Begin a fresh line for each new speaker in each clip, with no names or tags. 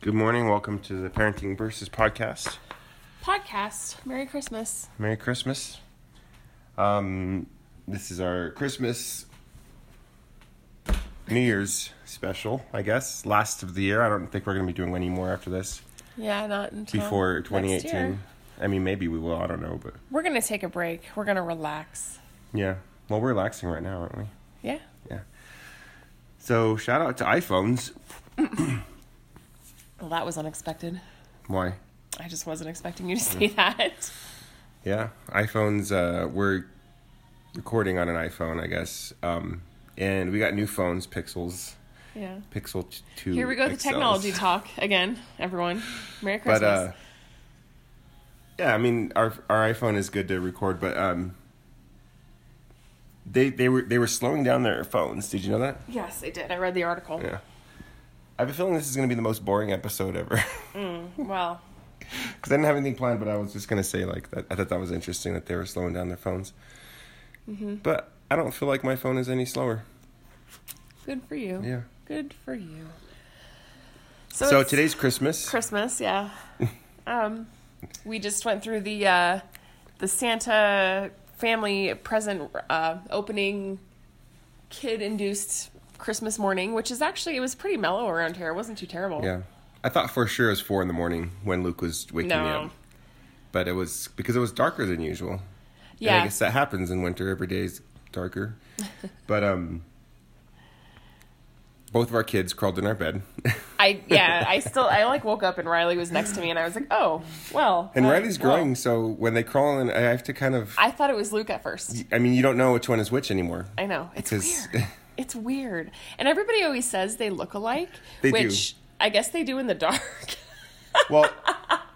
Good morning. Welcome to the Parenting Versus podcast.
podcast. Merry Christmas.
Merry Christmas. Um, this is our Christmas New Year's special, I guess. Last of the year. I don't think we're going to be doing any more after this
Yeah, not until
before
next
2018.
year.
I mean, maybe we will. I don't know, but
We're gonna take a break. We're gonna relax.
yeah. Well, we're relaxing right now, aren't we?
Yeah.
Yeah. So shout out to iPhones.
Well, that was unexpected.
Why?
I just wasn't expecting you to say that.
Yeah, iPhones. Uh, we're recording on an iPhone, I guess, um, and we got new phones, Pixels,
Yeah.
Pixel t- Two.
Here we go with the
XLs.
technology talk again, everyone. Merry Christmas.
But uh, yeah, I mean, our our iPhone is good to record, but um, they they were they were slowing down their phones. Did you know that?
yes, I did. I read the article.
Yeah. I have a feeling this is going to be the most boring episode ever.
Well,
because I didn't have anything planned. But I was just gonna say like that. I thought that was interesting that they were slowing down their phones.
Mm-hmm.
But I don't feel like my phone is any slower.
good for you.
Yeah.
Good for you.
so
it's
today's Christmas.
Christmas, yeah. um, we just went through the uh, the Santa family present uh, opening kid induced Christmas morning, which is actually it was pretty mellow around here. It wasn't too terrible.
yeah, I thought for sure it was four in the morning when Luke was waking me
No.
up. But it was because it was darker than usual. And I
Yeah.
guess that happens in winter. Every day is darker. but um, both of our kids crawled in our bed,
I yeah, I still I like woke up and Riley was next to me and I was like, "Oh, well."
and
uh,
Riley's
well.
growing. So when they crawl in, I have to kind of.
I thought it was Luke at first.
I mean, you don't know which one is which anymore.
I know. It's
Because-
weird. It's weird. And everybody always says they look alike,
They do.
which I guess they do in the dark.
Well,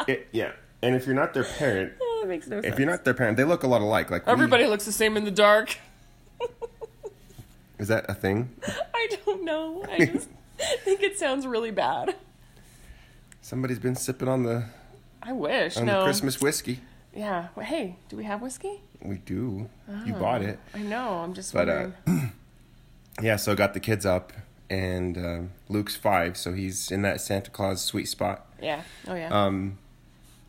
it, yeah. And if you're not their parent,
that makes no sense.
if you're not their parent, they look a lot alike. Like we-
Everybody looks the same in the dark.
is that a thing?
I don't know. I just think it sounds really bad.
Somebody's been sipping on the
I wish.
on
no.
the Christmas whiskey.
Yeah. Well, hey, do we have whiskey?
We do. You bought it,
I know. I'm just
but uh,
wondering.
yeah. So got the kids up, and um, Luke's five, so he's in that Santa Claus sweet spot.
yeah. Oh yeah.
Um,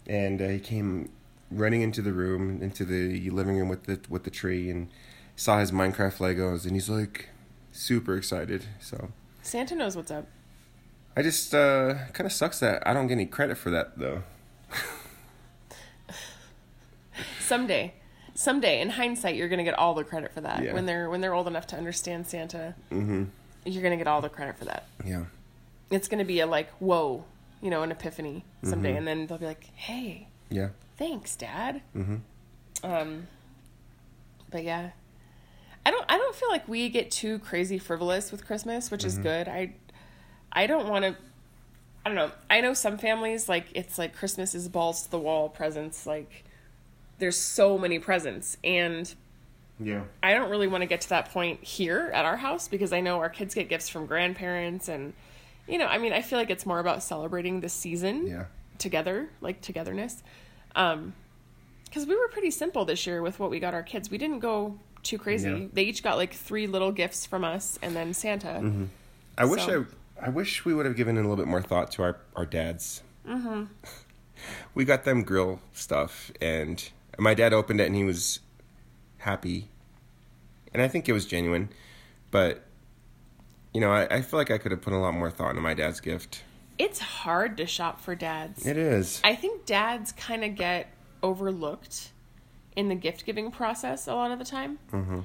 and uh, he came running into the room, into the living room with the with the tree, and saw his Minecraft Legos, and he's like super excited. So
Santa knows what's up.
I just uh, kind of sucks that I don't get any credit for that though.
Someday, someday, in hindsight, you're gonna get all the credit for that.
Yeah.
When they're when they're old enough to understand Santa, mm-hmm. you're gonna get all the credit for that.
Yeah.
It's gonna be a like whoa, you know, an epiphany someday,
Mm-hmm.
and then they'll be like, hey,
Yeah.
thanks dad mm-hmm. um but yeah i don't i don't feel like we get too crazy frivolous with christmas which is good i i don't want to i don't know i know some families like it's like christmas is balls to the wall presents like there's so many presents and
Yeah.
I don't really want to get to that point here at our house because I know our kids get gifts from grandparents and you know, I mean, I feel like it's more about celebrating the season
Yeah.
together, like togetherness. Um cuz we were pretty simple this year with what we got our kids. We didn't go too crazy.
Yeah.
They each got like three little gifts from us and then Santa.
Mm-hmm. I wish
So-
I I wish we would have given a little bit more thought to our our dads. Mm-hmm. we got them grill stuff, and my dad opened it, and he was happy, and I think it was genuine, but. You know, I, I feel like I could have put a lot more thought into my dad's gift.
It's hard to shop for dads.
It is.
I think dads kind of get overlooked in the gift giving process a lot of the time. Mm-hmm.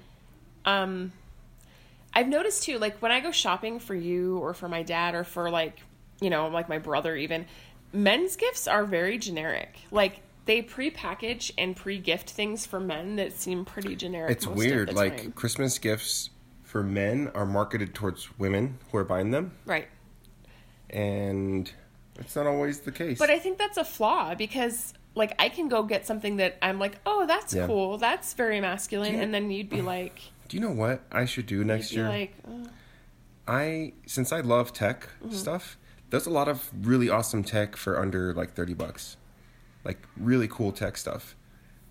Um, I've noticed too, like when I go shopping for you or for my dad or for like, you know, like my brother even, men's gifts are very generic. Like they pre-package and pre-gift things for men that seem pretty generic.
It's
most of
weird.
the
Like
time.
Christmas gifts for men are marketed towards women who are buying them,
right.
and it's not always the case.
But I think that's a flaw because like I can go get something that I'm like, oh, that's
Yeah.
cool. That's very masculine.
Yeah.
And then you'd be like,
do you know what I should do next
you'd be
year?
like, "Oh,
I since I love tech
Mm-hmm.
stuff, there's a lot of really awesome tech for under like thirty bucks, like really cool tech stuff.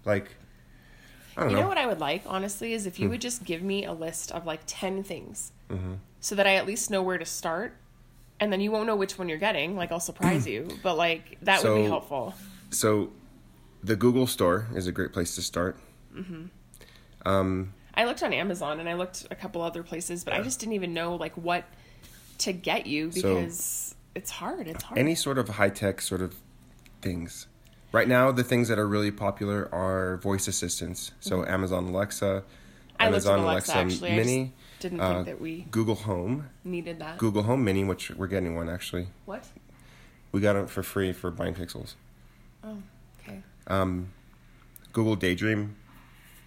Like I don't
You
know. Hmm.
know what I would like, honestly, is if you
Mm-hmm.
would just give me a list of like 10 things so that I at least know where to start and then you won't know which one you're getting. Like I'll surprise you, but like that would be
Hmm. So-
helpful.
So, the Google store is a great place to start.
I looked on Amazon and I looked a couple other places, but I just didn't even know like what to get you because it's hard. It's hard.
Any sort of high tech sort of things. Right now, the things that are really popular are voice assistants. So, Amazon Alexa,
Mm-hmm. I looked
Amazon
at Alexa, actually. I
Mini,
just didn't
uh,
think that we
Google Home,
needed that.
Google Home Mini, which we're getting one actually.
What?
We got it for free for buying pixels. Um,
Oh, okay.
Google Daydream,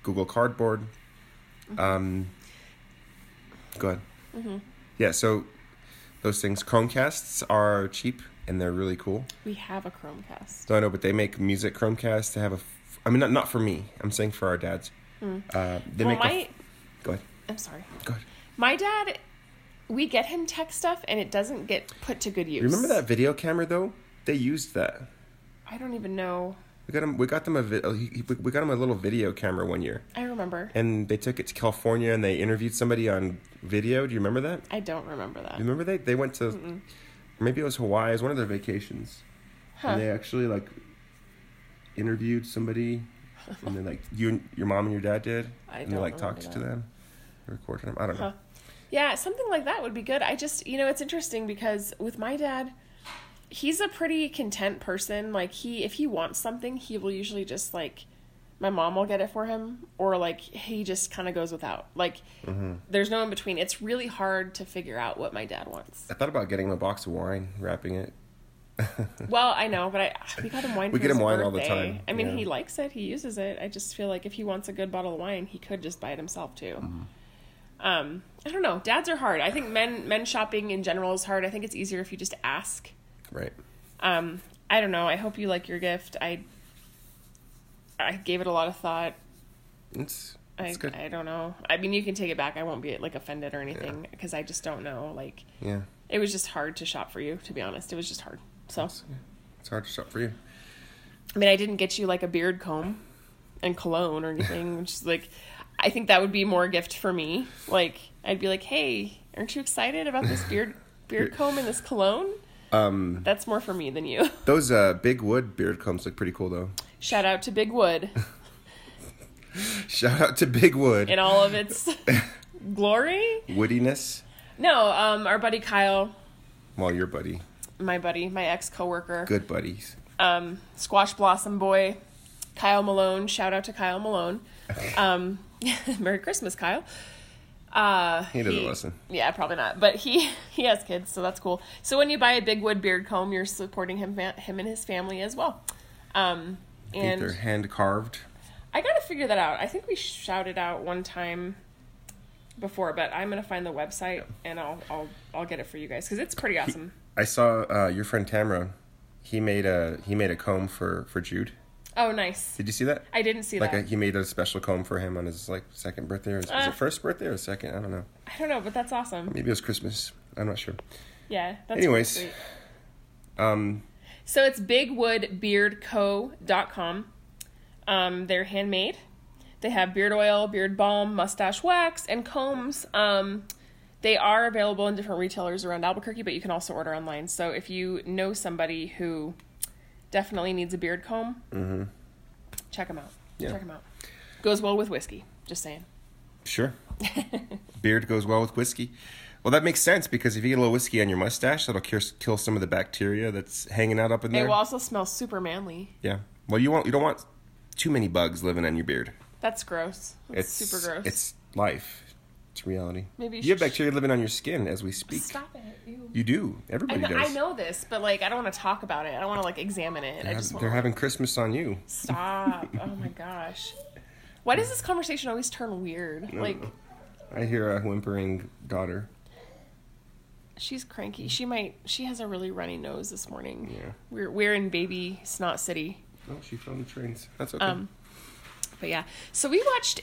Google Cardboard. Um, go ahead.
Mm-hmm.
Yeah, so those things. Chromecasts are cheap and they're really cool.
We have a Chromecast.
So I know, but they make music Chromecasts. They have a. F- I mean, not not for me. I'm saying for our dads. Uh, they
Hmm. Well,
make. a f-
my
go ahead.
I'm sorry.
Go ahead.
My dad, we get him tech stuff and it doesn't get put to good use.
Remember that video camera though? They used that.
I don't even know.
We got him. We got them a. Vi- oh, he, he- we got him a little video camera one year,
I remember.
and they took it to California and they interviewed somebody on video. Do you remember that?
I don't remember that.
You remember they they went to maybe it was Hawaii. It was one of their vacations,
Huh.
and they actually like interviewed somebody, and then like you and your mom and your dad did,
I
and they
don't
like
remember
talked
that.
to them, recorded them. I don't know.
Huh. Yeah, something like that would be good. I just, you know, it's interesting because with my dad, he's a pretty content person. Like he if he wants something, he will usually just like my mom will get it for him or like he just kind of goes without. Like
Mm-hmm.
there's no in between. It's really hard to figure out what my dad wants.
I thought about getting him a box of wine, wrapping it.
Well, I know, but I we got him wine.
We
for
get
his
him wine all the
birthday.
time,
I mean,
yeah.
he likes it. He uses it. I just feel like if he wants a good bottle of wine, he could just buy it himself too.
Mm-hmm.
Um, I don't know. Dads are hard. I think men men shopping in general is hard. I think it's easier if you just ask.
Right.
Um, I don't know. I hope you like your gift. I I gave it a lot of thought.
It's
I,
it's good.
I don't know. I mean, you can take it back. I won't be like offended or anything because I just don't know. Like,
yeah.
it was just hard to shop for you. To be honest, it was just hard. So.
It's, yeah. It's hard to shop for you.
I mean, I didn't get you like a beard comb and cologne or anything, which is like, I think that would be more a gift for me. Like, I'd be like, hey, aren't you excited about this beard beard comb and this cologne?
Um,
That's more for me than you.
those uh big wood beard combs look pretty cool though.
Shout out to Big Wood
Shout out to Big Wood.
in all of its glory.
Woodiness.
No, um, our buddy Kyle,
Well, your buddy,
my buddy, my ex coworker,
good buddies.
um, Squash Blossom Boy, Kyle Malone. Shout out to Kyle Malone. Um, Merry Christmas, Kyle. Uh,
He doesn't listen.
Yeah, probably not. But he he has kids, so that's cool. So when you buy a big wood beard comb, you're supporting him fa- him and his family as well. Um,
I think
and
they're hand carved.
I gotta figure that out. I think we shouted out one time before, but I'm gonna find the website and I'll I'll I'll get it for you guys because it's pretty awesome.
I saw uh, your friend Tamra. He made a he made a comb for for Jude.
Oh, nice.
Did you see that?
I didn't see
Like a,
that.
he made a special comb for him on his like second birthday or his, was
Ah.
it first birthday or second? I don't know.
I don't know, but that's awesome.
Maybe it was Christmas. I'm not sure.
Yeah. That's
Anyways.
pretty sweet.
Um,
So it's bigwoodbeardco.com. Um, they're handmade. They have beard oil, beard balm, mustache wax, and combs. Um, they are available in different retailers around Albuquerque, but you can also order online. So if you know somebody who definitely needs a beard comb, check them out.
Mm-hmm. Yeah.
Check them out. Goes well with whiskey. Just saying.
sure. Beard goes well with whiskey. Well, that makes sense because if you get a little whiskey on your mustache, that'll cure, kill some of the bacteria that's hanging out up in
It
there.
will also smell super manly.
yeah. Well, you want you don't want too many bugs living on your beard.
That's gross. That's super gross.
It's life. It's reality.
Maybe you
you have
should-
bacteria living on your skin as we speak.
Stop it. Ew.
You do.
I
Everybody
know,
does.
I know this, but like I don't want to talk about it. I don't want to like examine it. I
They're,
just want
they're
to
having Christmas on you.
stop. oh my gosh. Why does this conversation always turn weird? Like
know. I hear a whimpering daughter.
she's cranky. She might she has a really runny nose this morning.
Yeah.
We're we're in baby snot city.
Oh, she fell in the trains. That's okay.
Um but yeah. So we watched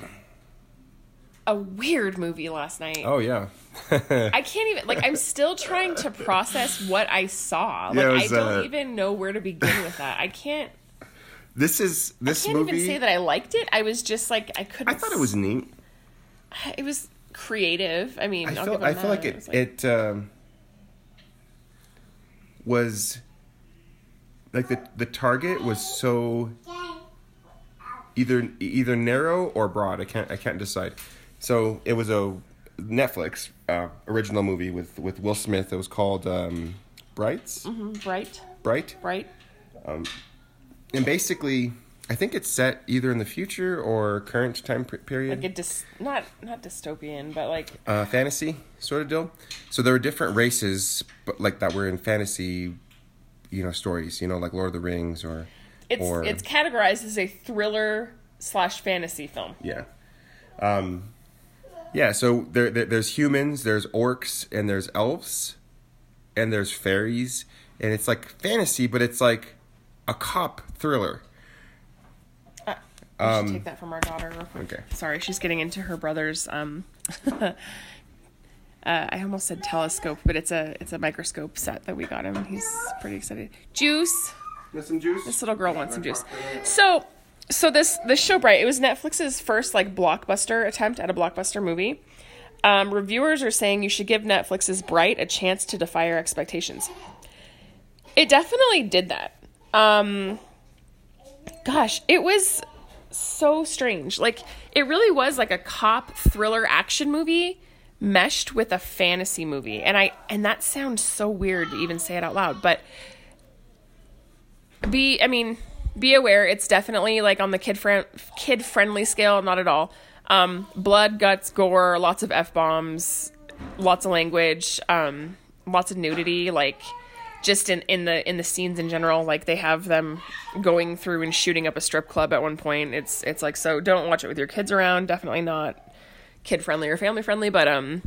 a weird movie last night.
oh yeah.
I can't even like I'm still trying to process what I saw. Like
Yeah, it was,
I don't
uh,
even know where to begin with that. I can't
this is this
can't
movie.
even say that I liked it. I was just like I couldn't
I thought it was neat.
it was creative. I mean,
I
I'll
feel
give
I
them
feel like
that.
it
was
it um, was like the the target was so either either narrow or broad. I can't I can't decide. So it was a Netflix uh, original movie with with Will Smith. It was called um, Brights.
Mhm, Bright,
Bright.
bright.
And basically, I think it's set either in the future or current time per- period.
Like a dys- not not dystopian, but like
uh, fantasy sort of deal. So there were different races, but like that were in fantasy, you know, stories. You know, like Lord of the Rings or,
it's
or
it's categorized as a thriller slash fantasy film.
yeah, um, yeah. So there, there, there's humans, there's orcs, and there's elves, and there's fairies, and it's like fantasy, but it's like a cop thriller.
Uh, we should
Um,
take that from our daughter. Real quick.
Okay.
Sorry, she's getting into her brother's. Um, uh, I almost said telescope, but it's a it's a microscope set that we got him. He's pretty excited. Juice.
There's some juice.
This little girl wants some juice. So, so this this show Bright, it was Netflix's first like blockbuster attempt at a blockbuster movie. Um, reviewers are saying you should give Netflix's Bright a chance to defy your expectations. It definitely did that. Um, gosh, it was so strange. Like it really was like a cop thriller action movie meshed with a fantasy movie. And I and that sounds so weird to even say it out loud, but be I mean, be aware it's definitely like on the kid friend kid friendly scale, not at all. Um, blood, guts, gore, lots of f bombs, lots of language, um, lots of nudity, like just in, in the in the scenes in general, like they have them going through and shooting up a strip club at one point. It's it's like so don't watch it with your kids around, definitely not kid friendly or family friendly, but um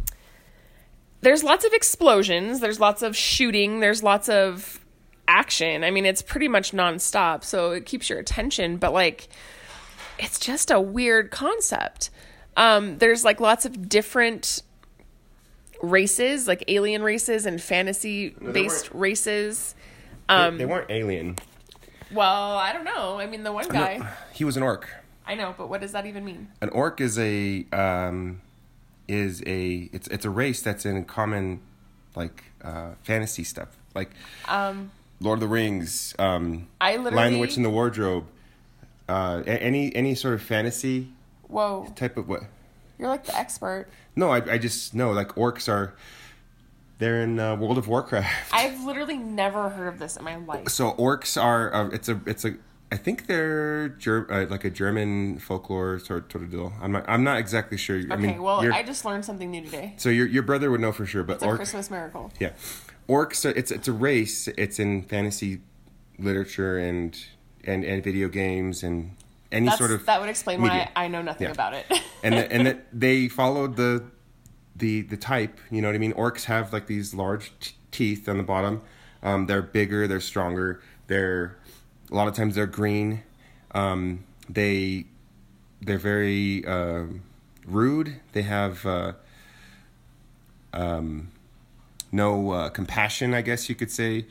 there's lots of explosions, there's lots of shooting, there's lots of action. I mean, it's pretty much nonstop, so it keeps your attention, but like it's just a weird concept. Um, there's like lots of different races, like alien races and fantasy based races. um,
they weren't alien.
Well, I don't know. I mean, the one guy.
He was an orc.
I know, but what does that even mean?
an orc is a um, is a it's it's a race that's in common like uh, fantasy stuff like
Um,
Lord of the Rings, um,
I
Lion
literally.
the Witch in the Wardrobe, uh, a- any any sort of fantasy
Whoa,
type of what?
you're like the expert.
No, I I just no like orcs are they're in uh, World of Warcraft.
I've literally never heard of this in my life.
So orcs are uh, it's a it's a I think they're Ger- uh, like a German folklore sort sort of deal. I'm not I'm not exactly sure. I
Okay,
mean,
well,
you're-
I just learned something new today.
so your your brother would know for sure, but
It's a
orcs.
Christmas miracle.
Yeah, orcs. Are, it's it's a race. It's in fantasy literature and and and video games and any
That's,
sort of
that would explain why
media.
I know nothing
Yeah.
about it.
and the, and that they followed the the the type. You know what I mean? Orcs have like these large t- teeth on the bottom. Um, they're bigger. They're stronger. They're a lot of times they're green. Um, they they're very um rude. They have. Uh, um, no uh, compassion, I guess you could say.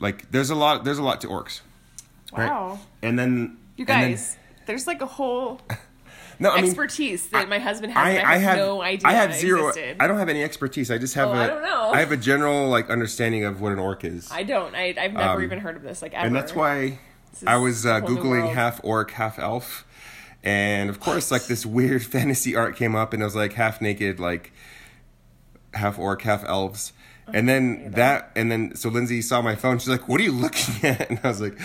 Like there's a lot there's a lot to orcs. Right?
wow.
And then
You
and then-
guys, there's like a whole
no, I mean,
expertise that my husband has.
I,
and
I have
no idea.
I have zero.
Existed.
I don't have any expertise. I just have
Oh,
a.
I don't know.
I have a general like understanding of what an orc is,
I don't. I, I've never even heard of this. Like ever.
Um, and that's why
is
I was uh,
a whole new
googling
world.
half orc, half elf, and of course, like this weird fantasy art came up, and it was like half naked, like half orc, half elves.
Oh,
And then that, and then so Lindsay saw my phone. She's like, "What are you looking at?" And I was like,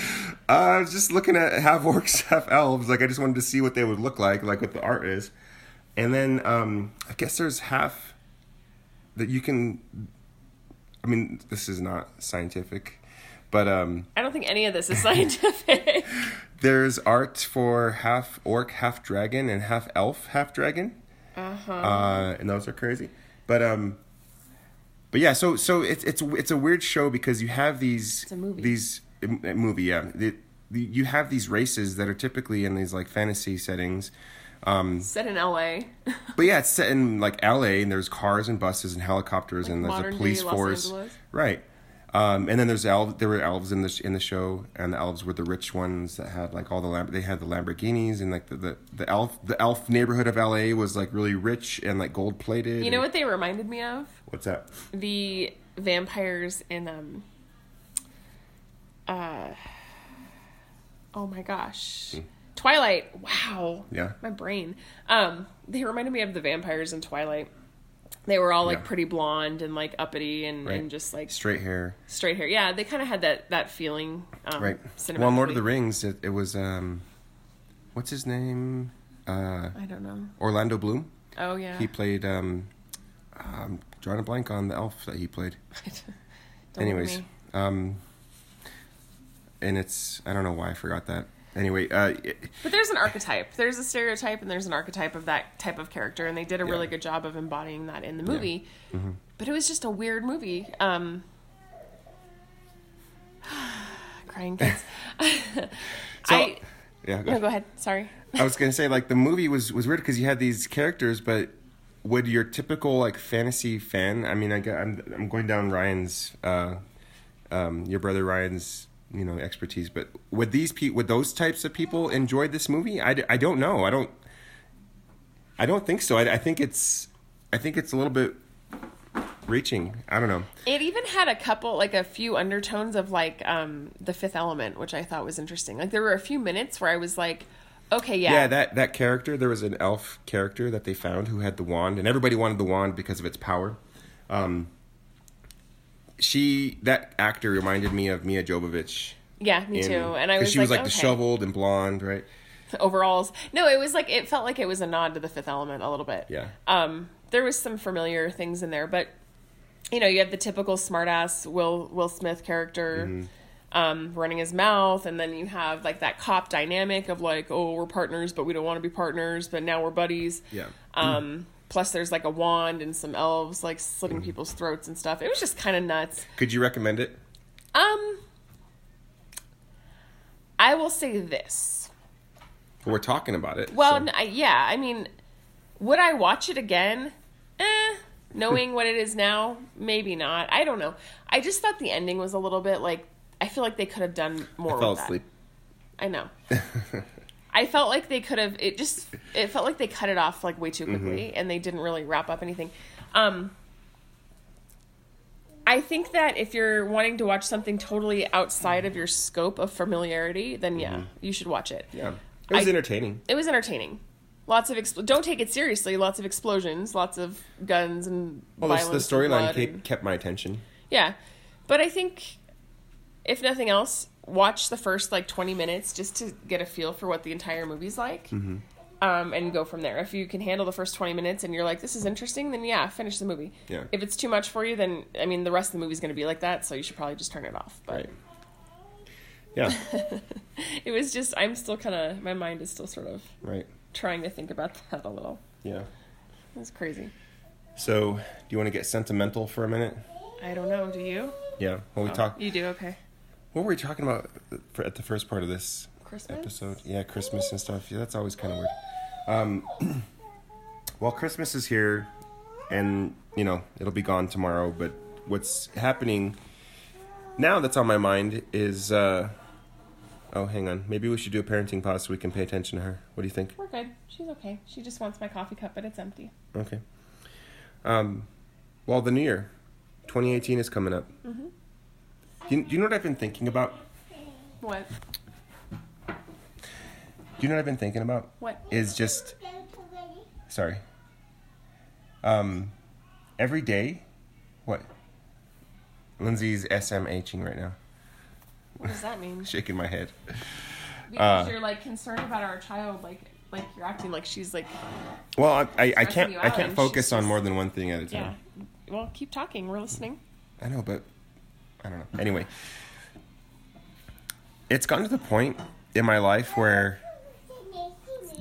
uh, "I was just looking at half orcs, half elves. Like, I just wanted to see what they would look like, like what the art is." And then um, I guess there's half that you can. I mean, this is not scientific, but um,
I don't think any of this is scientific.
there's art for half orc, half dragon, and half elf, half dragon. Uh-huh. and those are crazy. But um but yeah, so so it's it's it's a weird show because you have these
a movie.
these a movie, yeah. The- the- you have these races that are typically in these like fantasy settings. Um
Set in L.A.
but yeah, it's set in like LA and there's cars and buses and helicopters and there's
modern
a
day
police
Los
force.
Angeles.
Right. Um, and then there's elves. There were elves in the sh- in the show, and the elves were the rich ones that had like all the Lam- they had the Lamborghinis and like the, the, the elf the elf neighborhood of LA was like really rich and like gold plated.
You know what they reminded me of?
What's that?
The vampires in um, uh, Oh my gosh. Twilight. Wow.
Hmm. Yeah.
My brain. Um, they reminded me of the vampires in Twilight. They were all like
Yeah.
pretty blonde and like uppity and,
Right.
and just like
Straight hair.
straight hair. Yeah, they kind of had that that feeling. Um,
Right.
cinematically.
Well, in Lord of the Rings, it, it was um, what's his name? Uh,
I don't know.
Orlando Bloom.
Oh yeah.
He played. Um, I'm drawing a blank on the elf that he played.
don't look at
Anyways,
me.
um, and it's I don't know why I forgot that. Anyway, uh, it-
But there's an archetype. There's a stereotype and there's an archetype of that type of character, and they did a
Yeah. Mm-hmm.
really good job of embodying that in the movie. But it was just a weird movie. Um, crying kids.
so
I
yeah. go
no,
ahead.
go ahead. Sorry.
I was gonna say like the movie was was weird because you had these characters, but would your typical like fantasy fan? I mean, I got, I'm I'm going down Ryan's, uh, um, your brother Ryan's, you know, expertise. But would these pe- would those types of people enjoy this movie? I, d- I don't know. I don't. I don't think so. I, I think it's I think it's a little bit reaching. I don't know.
It even had a couple, like a few undertones of like um, the Fifth Element, which I thought was interesting. Like there were a few minutes where I was like, okay, yeah,
Yeah, that that character. There was an elf character that they found who had the wand, and everybody wanted the wand because of its power. Um, she that actor reminded me of Mia Jovovich.
yeah, me too. And I
'cause
was
she
like,
was like
okay.
disheveled and blonde, right?
overalls. No, it was like it felt like it was a nod to the Fifth Element a little bit.
Yeah,
Um, there was some familiar things in there, but you know, you have the typical smartass Will Will Smith character um, running his mouth, and then you have like that cop dynamic of like, oh, we're partners, but we don't want to be partners, but now we're buddies.
yeah,
Um, plus, there's like a wand and some elves like slitting people's throats and stuff. It was just kind of nuts.
Could you recommend it?
Um, I will say this.
Well, we're talking about it.
Well,
so-
n I yeah, I mean, would I watch it again? Eh, knowing what it is now, maybe not. I don't know. I just thought the ending was a little bit like I feel like they could have done more.
I fell
with that.
asleep.
I know. I felt like they could have. It just it felt like they cut it off like way too quickly,
Mm-hmm.
and they didn't really wrap up anything. Um, I think that if you're wanting to watch something totally outside of your scope of familiarity, then
Mm-hmm.
yeah, you should watch it
Yeah, it was
I-
entertaining.
it was entertaining. Lots of expl- don't take it seriously. Lots of explosions, lots of guns and
Well,
violence.
the, the
and
storyline
blood
kept,
and-
kept my attention.
yeah, but I think if nothing else, watch the first like twenty minutes just to get a feel for what the entire movie's like,
Mm-hmm.
um, and go from there. If you can handle the first twenty minutes and you're like, this is interesting, then yeah, finish the movie.
Yeah.
If it's too much for you, then I mean, the rest of the movie's going to be like that, so you should probably just turn it off. But
Right. Yeah.
it was just I'm still kind of my mind is still sort of
right.
trying to think about that a little.
Yeah.
It was crazy.
So, do you want to get sentimental for a minute?
I don't know. Do you?
Yeah. Well, we talk.
You do. Okay.
What were we talking about uh, for, at the first part of this
Christmas
episode? Yeah, Christmas and stuff. Yeah, that's always kind of weird. Um, well, Christmas is here, and you know it'll be gone tomorrow. But what's happening now that's on my mind is, uh, oh, hang on. Maybe we should do a parenting pause so we can pay attention to her. What do you think?
We're good. She's okay. She just wants my coffee cup, but it's empty.
Okay. Um, well, the new year, 2018 is coming up. Do you, do you know what I've been thinking about?
What?
Do you know what I've been thinking about?
What?
Is just sorry. Um, every day, what? Lindsay's SMHing right now,
What does that mean?
shaking my head.
Because you're like concerned about our child, like like you're acting like she's like
Well, I, I, I
Stressing
can't
you
I
out,
can't
and
focus
she's
on
just-
more than one thing at a
yeah.
time.
Well, keep talking. We're listening.
I know, but I don't know. Anyway, it's gotten to the point in my life where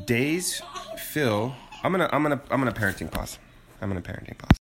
days fill. I'm gonna I'm gonna I'm gonna parenting pause. I'm gonna parenting pause.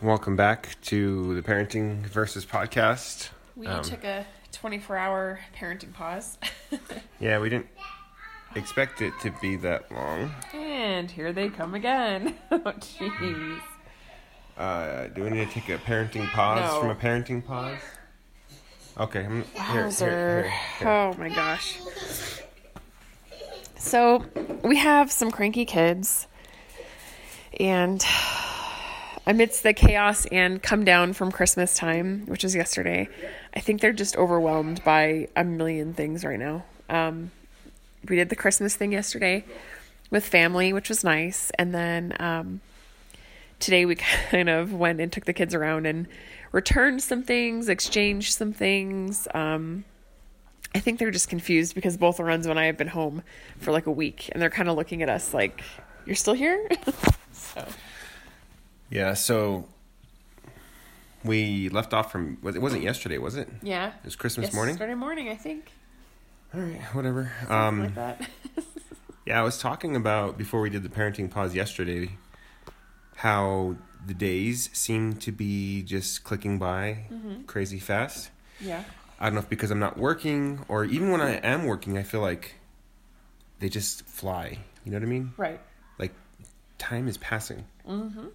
Welcome back to the Parenting Versus podcast.
We
Um,
took a 24 hour parenting pause.
Yeah, we didn't. expect it to be that long.
And here they come again. oh, jeez.
Uh, do we need to take a parenting pause
No.
from a parenting pause? Okay, I'm here, here,
Wowzer.
here, here.
Oh my gosh. So we have some cranky kids, and amidst the chaos and come down from Christmas time, which is yesterday, I think they're just overwhelmed by a million things right now. Um, we did the Christmas thing yesterday with family, which was nice, and then um, today we kind of went and took the kids around and returned some things, exchanged some things. Um, I think they're just confused because both Lorenzo and I have been home for like a week and they're kind of looking at us like, you're still here? so,
Yeah, so we left off from was it wasn't yesterday, was it?
yeah.
It was Christmas morning?
Saturday morning, I think.
All right, whatever.
Something
Um,
like that.
yeah, I was talking about before we did the parenting pause yesterday how the days seem to be just clicking by
Mm-hmm.
crazy fast.
yeah.
I don't know if because I'm not working or even when I am working, I feel like they just fly. You know what I mean?
Right.
Like time is passing. Mm-hmm.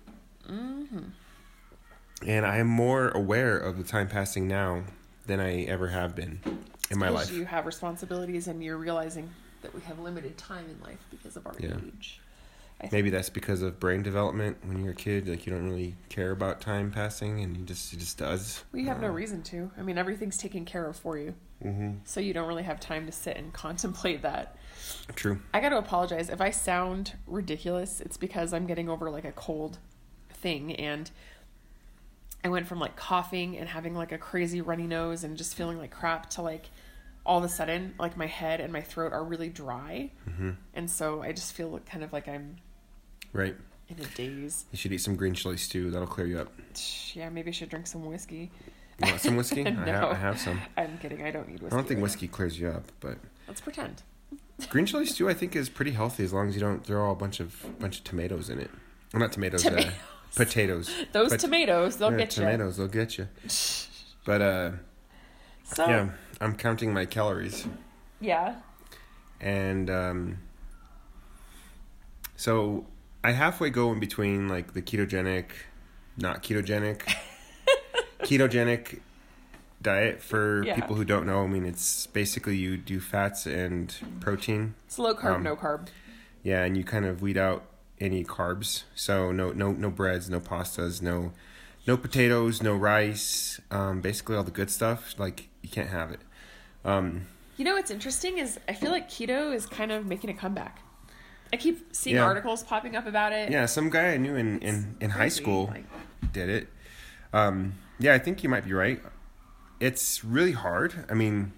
Mm-hmm. And I am more aware of the time passing now than I ever have been in my
Because
life.
You have responsibilities and you're realizing that we have limited time in life because of our
Yeah.
age.
Maybe that's because of brain development. When you're a kid, like you don't really care about time passing, and you just it just does.
We have no reason to. I mean, everything's taken care of for you. Mm-hmm. So you don't really have time to sit and contemplate that.
True.
I got to apologize if I sound ridiculous. It's because I'm getting over like a cold thing and I went from like coughing and having like a crazy runny nose and just feeling like crap to like all of a sudden like my head and my throat are really dry. Mm-hmm. And so I just feel like- kind of like I'm
Right.
in a daze.
You should eat some green chili stew. That'll clear you up.
Yeah, maybe I should drink some whiskey.
You want some whiskey? I, have,
No.
I have some.
I'm kidding. I don't need whiskey.
I don't think
right
whiskey clears you up, but
now. Let's pretend.
green chili stew I think is pretty healthy as long as you don't throw a bunch of bunch of tomatoes in it. Well, not tomatoes. Uh,
Tomatoes.
potatoes.
Those
Pot-
tomatoes, they'll
yeah,
get you.
tomatoes. They'll get you. But uh,
So,
yeah, I'm counting my calories.
yeah.
and um, so I halfway go in between like the ketogenic, not ketogenic, ketogenic diet. For
Yeah.
people who don't know, I mean it's basically you do fats and protein,
It's low carb,
Um,
no carb.
yeah, and you kind of weed out any carbs. So no no no breads, no pastas, no no potatoes, no rice. Um, basically all the good stuff. Like you can't have it. Um,
You know what's interesting is I feel like keto is kind of making a comeback. I keep seeing
Yeah.
articles popping up about it.
yeah, some guy I knew in in, in high
Crazy,
school.
like-
did it. Um, yeah, I think you might be right. It's really hard. I mean,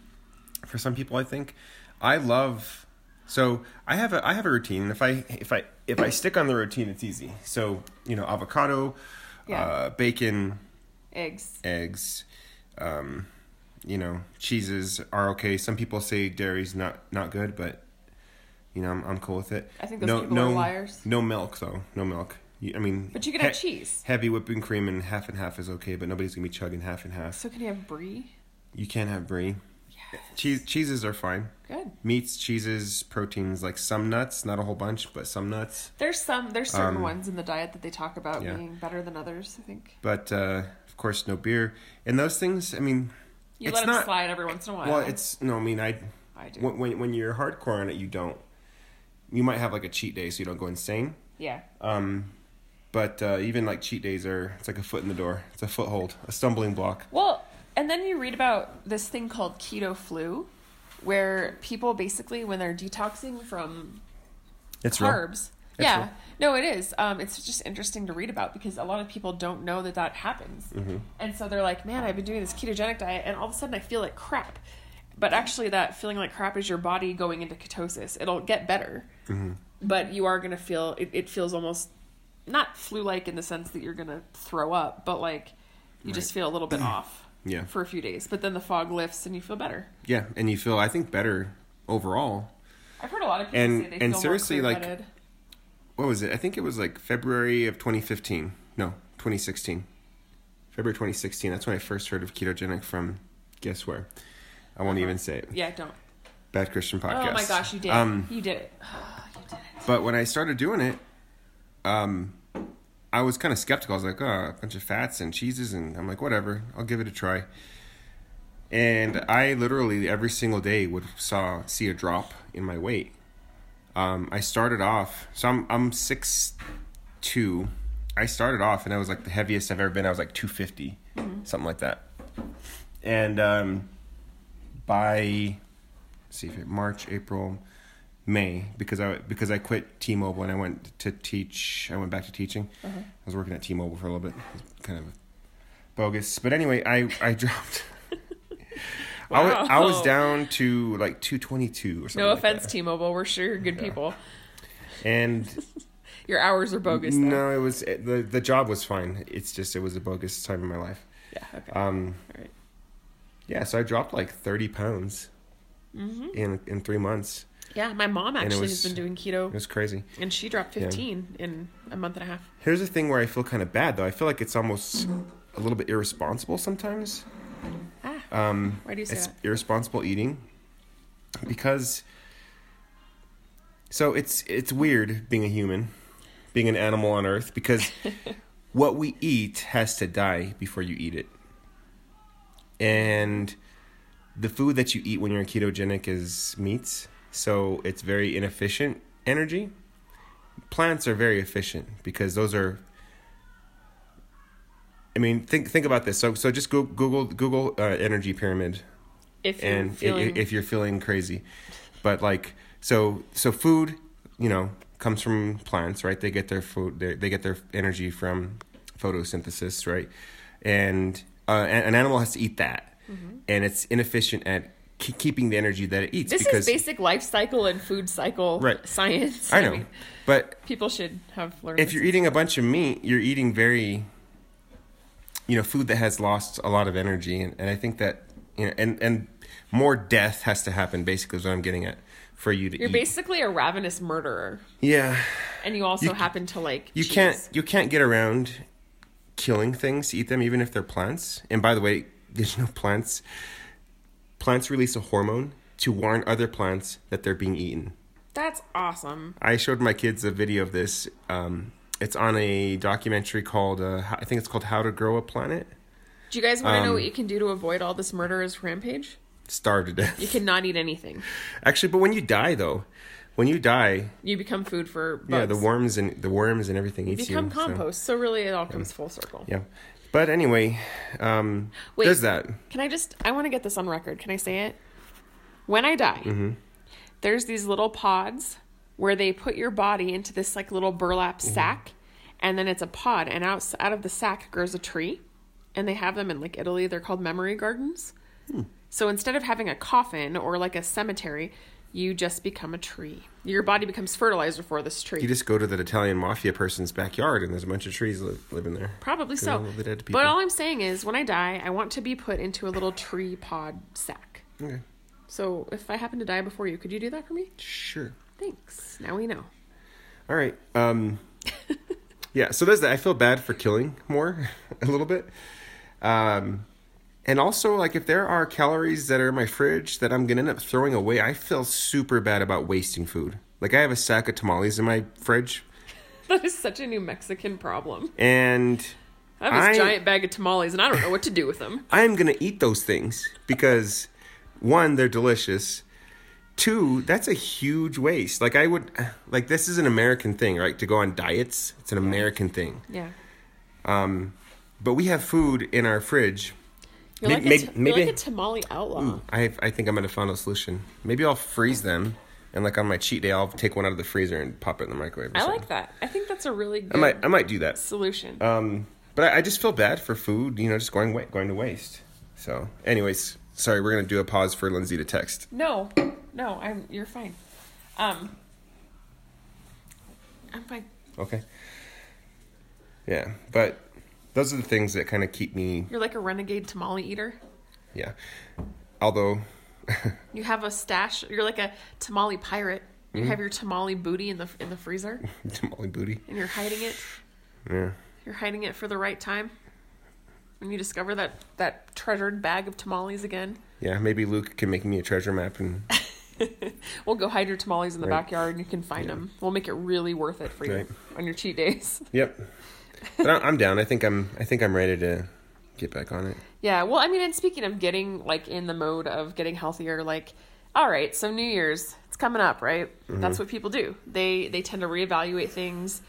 for some people, I think I love. So I have a I have a routine. and If I if I if I stick on the routine, it's easy. So you know, avocado,
Yeah.
uh, bacon,
eggs.
eggs, um, you know, cheeses are okay. Some people say dairy's not not good, but you know, I'm, I'm cool with it.
I think those people
no,
are liars.
No milk though. No milk. You, I mean,
But you can
he-
have cheese.
Heavy whipping cream and half and half is okay, but nobody's gonna be chugging half and half.
So can you have brie?
You can't have brie. Cheese cheeses are fine.
Good.
Meats, cheeses, proteins, like some nuts, not a whole bunch, but some nuts.
There's some there's certain
Um,
ones in the diet that they talk about
yeah.
being better than others, I think.
But uh, of course, no beer. And those things, I mean,
You
it's
let 'em
not.
slide every once in a while.
Well, it's no. I mean, I
I do.
when, when when you're hardcore on it, you don't. You might have like a cheat day, so you don't go insane.
yeah.
Um, but uh, even like cheat days are, it's like a foot in the door. It's a foothold, a stumbling block.
Well, and then you read about this thing called keto flu where people basically when they're detoxing from
It's real.
carbs.
It's
yeah.
real.
No, it is. Um, it's just interesting to read about because a lot of people don't know that that happens.
Mm-hmm.
And so they're like, man, I've been doing this ketogenic diet and all of a sudden I feel like crap. But actually, that feeling like crap is your body going into ketosis. It'll get better.
Mm-hmm.
But you are going to feel, it, it feels almost not flu like in the sense that you're going to throw up, but like you just feel a little bit off
Yeah.
for a few days. But then the fog lifts and you feel better.
Yeah, and you feel I think better overall.
I've heard a lot of people
And-
say they
and
feel more
seriously, like,
clear-headed.
What was it? I think it was like February of 2015. No, 2016. February 2016. That's when I first heard of ketogenic from guess where. I won't even say it.
yeah, don't.
Bad Christian podcast.
Uh-huh. Oh my gosh, you did. it.
Um,
you did it. you did it.
But when I started doing it, um, I was kind of skeptical. I was like, oh, a bunch of fats and cheeses, and I'm like, whatever, I'll give it a try. And I literally every single day would saw see a drop in my weight. Um, I started off, so I'm I'm six two. I started off, and I was like the heaviest I've ever been. I was like two
Mm-hmm.
something like that. And um, by let's see if it March, April, May because I because I quit T-Mobile and I went to teach. I went back to teaching.
Uh-huh.
I was working at T-Mobile for a little bit. It was kind of bogus, but anyway, I I dropped. I, was, I was
Wow.
down to like 222 or something.
No
like
offense,
that.
T-Mobile. We're sure you're good
Yeah.
people.
And
Your hours are bogus. Though.
no, it was the the job was fine. It's just it was a bogus time in my life.
Yeah. Okay.
Um,
All right.
yeah, so I dropped like 30 pounds
Mm-hmm.
in in three months.
Yeah, my mom
it
actually
was-
has been doing
It
keto,
was crazy.
and she dropped 15 in a month and a half.
Here's the thing where I feel kind of bad though. I feel like it's almost a little bit irresponsible sometimes.
Ah,
Um,
why do you say
it's
that?
irresponsible eating because. So it's it's weird being a human, being an animal on Earth because what we eat has to die before you eat it, and the food that you eat when you're ketogenic is meats, so it's very inefficient energy. Plants are very efficient because those are I mean, think think about this. So so just go, Google Google uh, energy pyramid,
If you're
and i- i-
feeling,
if you're feeling crazy, but like so so food, you know, comes from plants, right? They get their food, their, they get their energy from photosynthesis, right? And uh, an, an animal has to eat that,
Mm-hmm.
and it's inefficient at ke- keeping the energy that it eats
this
because
is basic life cycle and food cycle
Right.
science.
I know,
mean,
but
people should have learned.
if
this.
you're eating a bunch of meat, you're eating very, you know, food that has lost a lot of energy, and, and I think that you know, and and more death has to happen. Basically, is what I'm getting at for you to
you're
eat.
basically a ravenous murderer,
yeah,
and you also
You-
happen to like
you
cheese.
can't you can't get around killing things to eat them, even if they're plants. And by the way, there's no plants. Plants release a hormone to warn other plants that they're being eaten.
That's awesome.
I showed my kids a video of this. Um, it's on a documentary called uh, I think it's called How to Grow a Planet.
Do you guys want to know
Um,
what you can do to avoid all this murderous rampage?
starved to death.
You cannot eat anything.
Actually, but when you die though, when you die,
You become food for bugs.
yeah, the worms and the worms and everything
You
eats
become
you. so-
compost. So. really, it all comes full circle.
yeah, but anyway, um,
Wait.
there's that.
Can I just? I want to get this on record. Can I say it? When I die,
Mm-hmm.
there's these little pods where they put your body into this like little burlap
Mm-hmm.
sack, and then it's a pod, and out out of the sack grows a tree, and they have them in like Italy. They're called memory gardens.
Hmm.
So instead of having a coffin or like a cemetery, you just become a tree. Your body becomes fertilizer for this tree.
You just go to that Italian mafia person's backyard, and there's a bunch of trees li- living there.
Probably
They don't
so.
want the dead people.
But all I'm saying is, when I die, I want to be put into a little tree pod sack.
Okay,
So if I happen to die before you, could you do that for me?
sure.
Thanks. Now we know.
All right. Um, yeah. So there's that. I feel bad for killing more a little bit. Um, and also, like, if there are calories that are in my fridge that I'm gonna end up throwing away, I feel super bad about wasting food. Like, I have a sack of tamales in my fridge,
That is such a New Mexican problem.
and
I have this
I-
giant bag of tamales, and I don't know what to do with them.
I am gonna eat those things because, one, they're delicious. Two, that's a huge waste. Like, I would, like, this is an American thing, right? To go on diets, it's an American thing.
Yeah.
But we have food in our fridge.
You're,
May-
like,
may-
a ta- you're
maybe- Hmm.
like a tamale outlaw.
I I think I'm gonna find a solution. Maybe I'll freeze them, and like on my cheat day, I'll take one out of the freezer and pop it in the microwave. Or
I
something.
like that. I think that's a really good
I might I might do that.
solution.
Um, but I, I just feel bad for food, you know, just going wa- going to waste. So, anyways, sorry, we're gonna do a pause for Lindsay to text.
no, no, I'm. You're fine. Um, I'm fine.
Okay. Yeah, but those are the things that kind of keep me.
You're like a renegade tamale eater.
Yeah. Although,
You have a stash. You're like a tamale pirate. You
Mm-hmm.
have your tamale booty in the in the freezer,
tamale booty.
and you're hiding it.
Yeah.
You're hiding it for the right time. When you discover that that treasured bag of tamales again,
Yeah. Maybe Luke can make me a treasure map and
we'll go hide your tamales in the
Right.
backyard and you can find them. We'll make it really worth it for you
Right.
on your cheat days.
Yep. But I- I'm down. I think I'm. I think I'm ready to get back on it.
Yeah, well, I mean, and speaking of getting like in the mode of getting healthier, like, all right, so New Year's, it's coming up, right?
Mm-hmm.
That's what people do. They they tend to reevaluate things.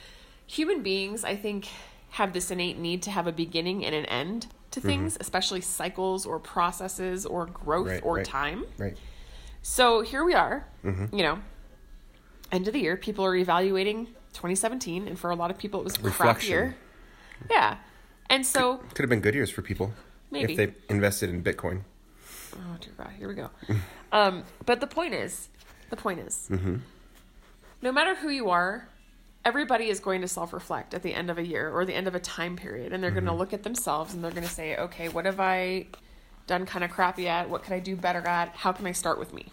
Human beings, I think, have this innate need to have a beginning and an end to
Mm-hmm.
things, especially cycles or processes or growth
Right,
or
right. Mm-hmm.
time.
Right.
So here we are, you know, end of the year. People are evaluating 2017, and for a lot of people, it was a crap
Reflection.
year. Yeah, and so
Could have been good years for people
Maybe.
if they invested in Bitcoin.
Oh dear God, here we go. um, but the point is, the point is, no matter who you are, everybody is going to self-reflect at the end of a year or the end of a time period, and they're going to look at themselves and they're going to say, okay, what have I done kind of crappy at? What could I do better at? How can I start with me?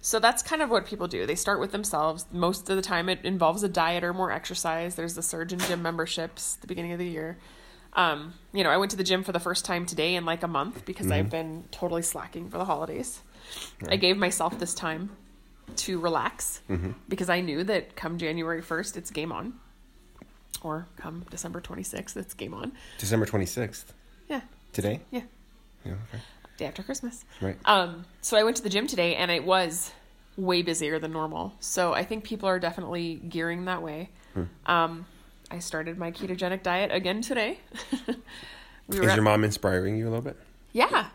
So that's kind of what people do. They start with themselves. Most of the time, it involves a diet or more exercise. There's the surge in gym memberships at the beginning of the year. Um, you know, I went to the gym for the first time today in like a month because I've been totally slacking for the holidays. I gave myself this time to relax because I knew that come January 1st, it's game on. Or come December 26th, it's game on.
December 26th.
Yeah,
Today?
yeah,
Yeah, okay.
day after Christmas.
Right.
Um, so I went to the gym today and it was way busier than normal. So I think people are definitely gearing that way.
Hmm.
Um, I started my ketogenic diet again today. we
Is
at-
your mom inspiring you a little bit?
yeah.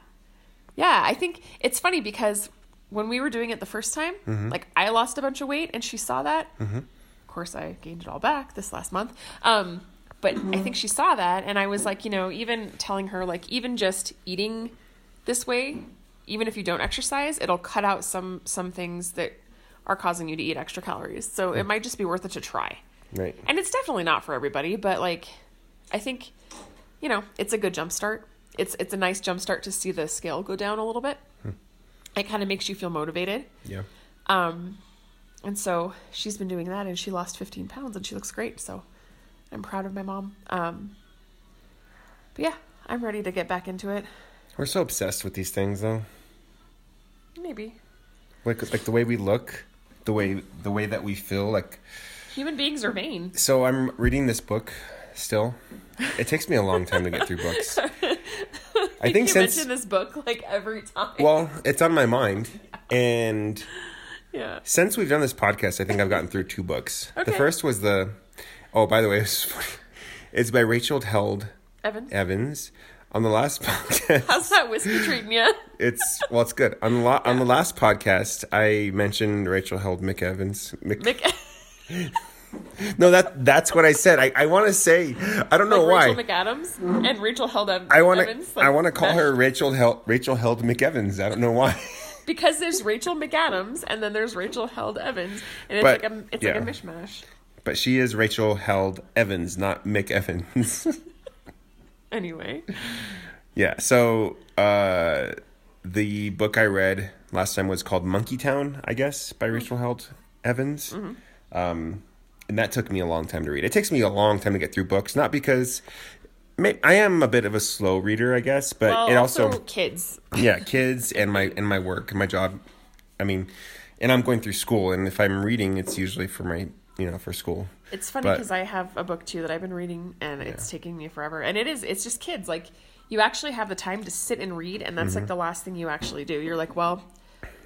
Yeah. I think it's funny because when we were doing it the first time, like I lost a bunch of weight and she saw that. Of course, I gained it all back this last month. Um, but I think she saw that. And I was like, you know, even telling her, like, even just eating this way, even if you don't exercise, it'll cut out some some things that are causing you to eat extra calories. So it might just be worth it to try.
Right.
And it's definitely not for everybody, but like I think you know, it's a good jump start. It's it's a nice jump start to see the scale go down a little bit.
Hmm.
It kind of makes you feel motivated.
Yeah.
Um and so she's been doing that and she lost 15 pounds and she looks great, so I'm proud of my mom. Um But yeah, I'm ready to get back into it.
We're so obsessed with these things, though.
Maybe.
Like, like the way we look, the way the way that we feel. Like,
Human beings are vain.
so I'm reading this book still. It takes me a long time to get through books. I think
you
since
mention this book like every time.
well, it's on my mind, and
yeah.
Since we've done this podcast, I think I've gotten through two books. The
Okay.
first was the oh, by the way, it's, it's by Rachel Held
Evan,
Evans. On the last podcast,
how's that whiskey treating you?
it's well, it's good. On the la- on the last podcast, I mentioned Rachel Held Mick Evans. Mick-
Mick-
no, that that's what I said. I, I want to say I don't know why.
Rachel McAdams and Rachel Held Ev-
I want to
Evans, like,
I want to call
mesh.
her Rachel Held Rachel Held McEvans. I don't know why.
because there's Rachel McAdams and then there's Rachel Held Evans, and it's
But,
like a it's
yeah.
like a mishmash.
But she is Rachel Held Evans, not Mick Evans.
Anyway,
Yeah. So uh, the book I read last time was called Monkey Town, I guess, by
Hmm.
Rachel Held Evans.
Mm-hmm.
Um, and that took me a long time to read. It takes me a long time to get through books, not because may, I am a bit of a slow reader, I guess, but
well,
it
also,
also
kids.
yeah, kids and my and my work and my job. I mean, and I'm going through school, and if I'm reading, it's usually for my you know for school.
It's funny
But-
because I have a book too that I've been reading, and it's taking me forever. And it is it's just kids. Like you actually have the time to sit and read, and that's
Mm-hmm.
like the last thing you actually do. You're like, well.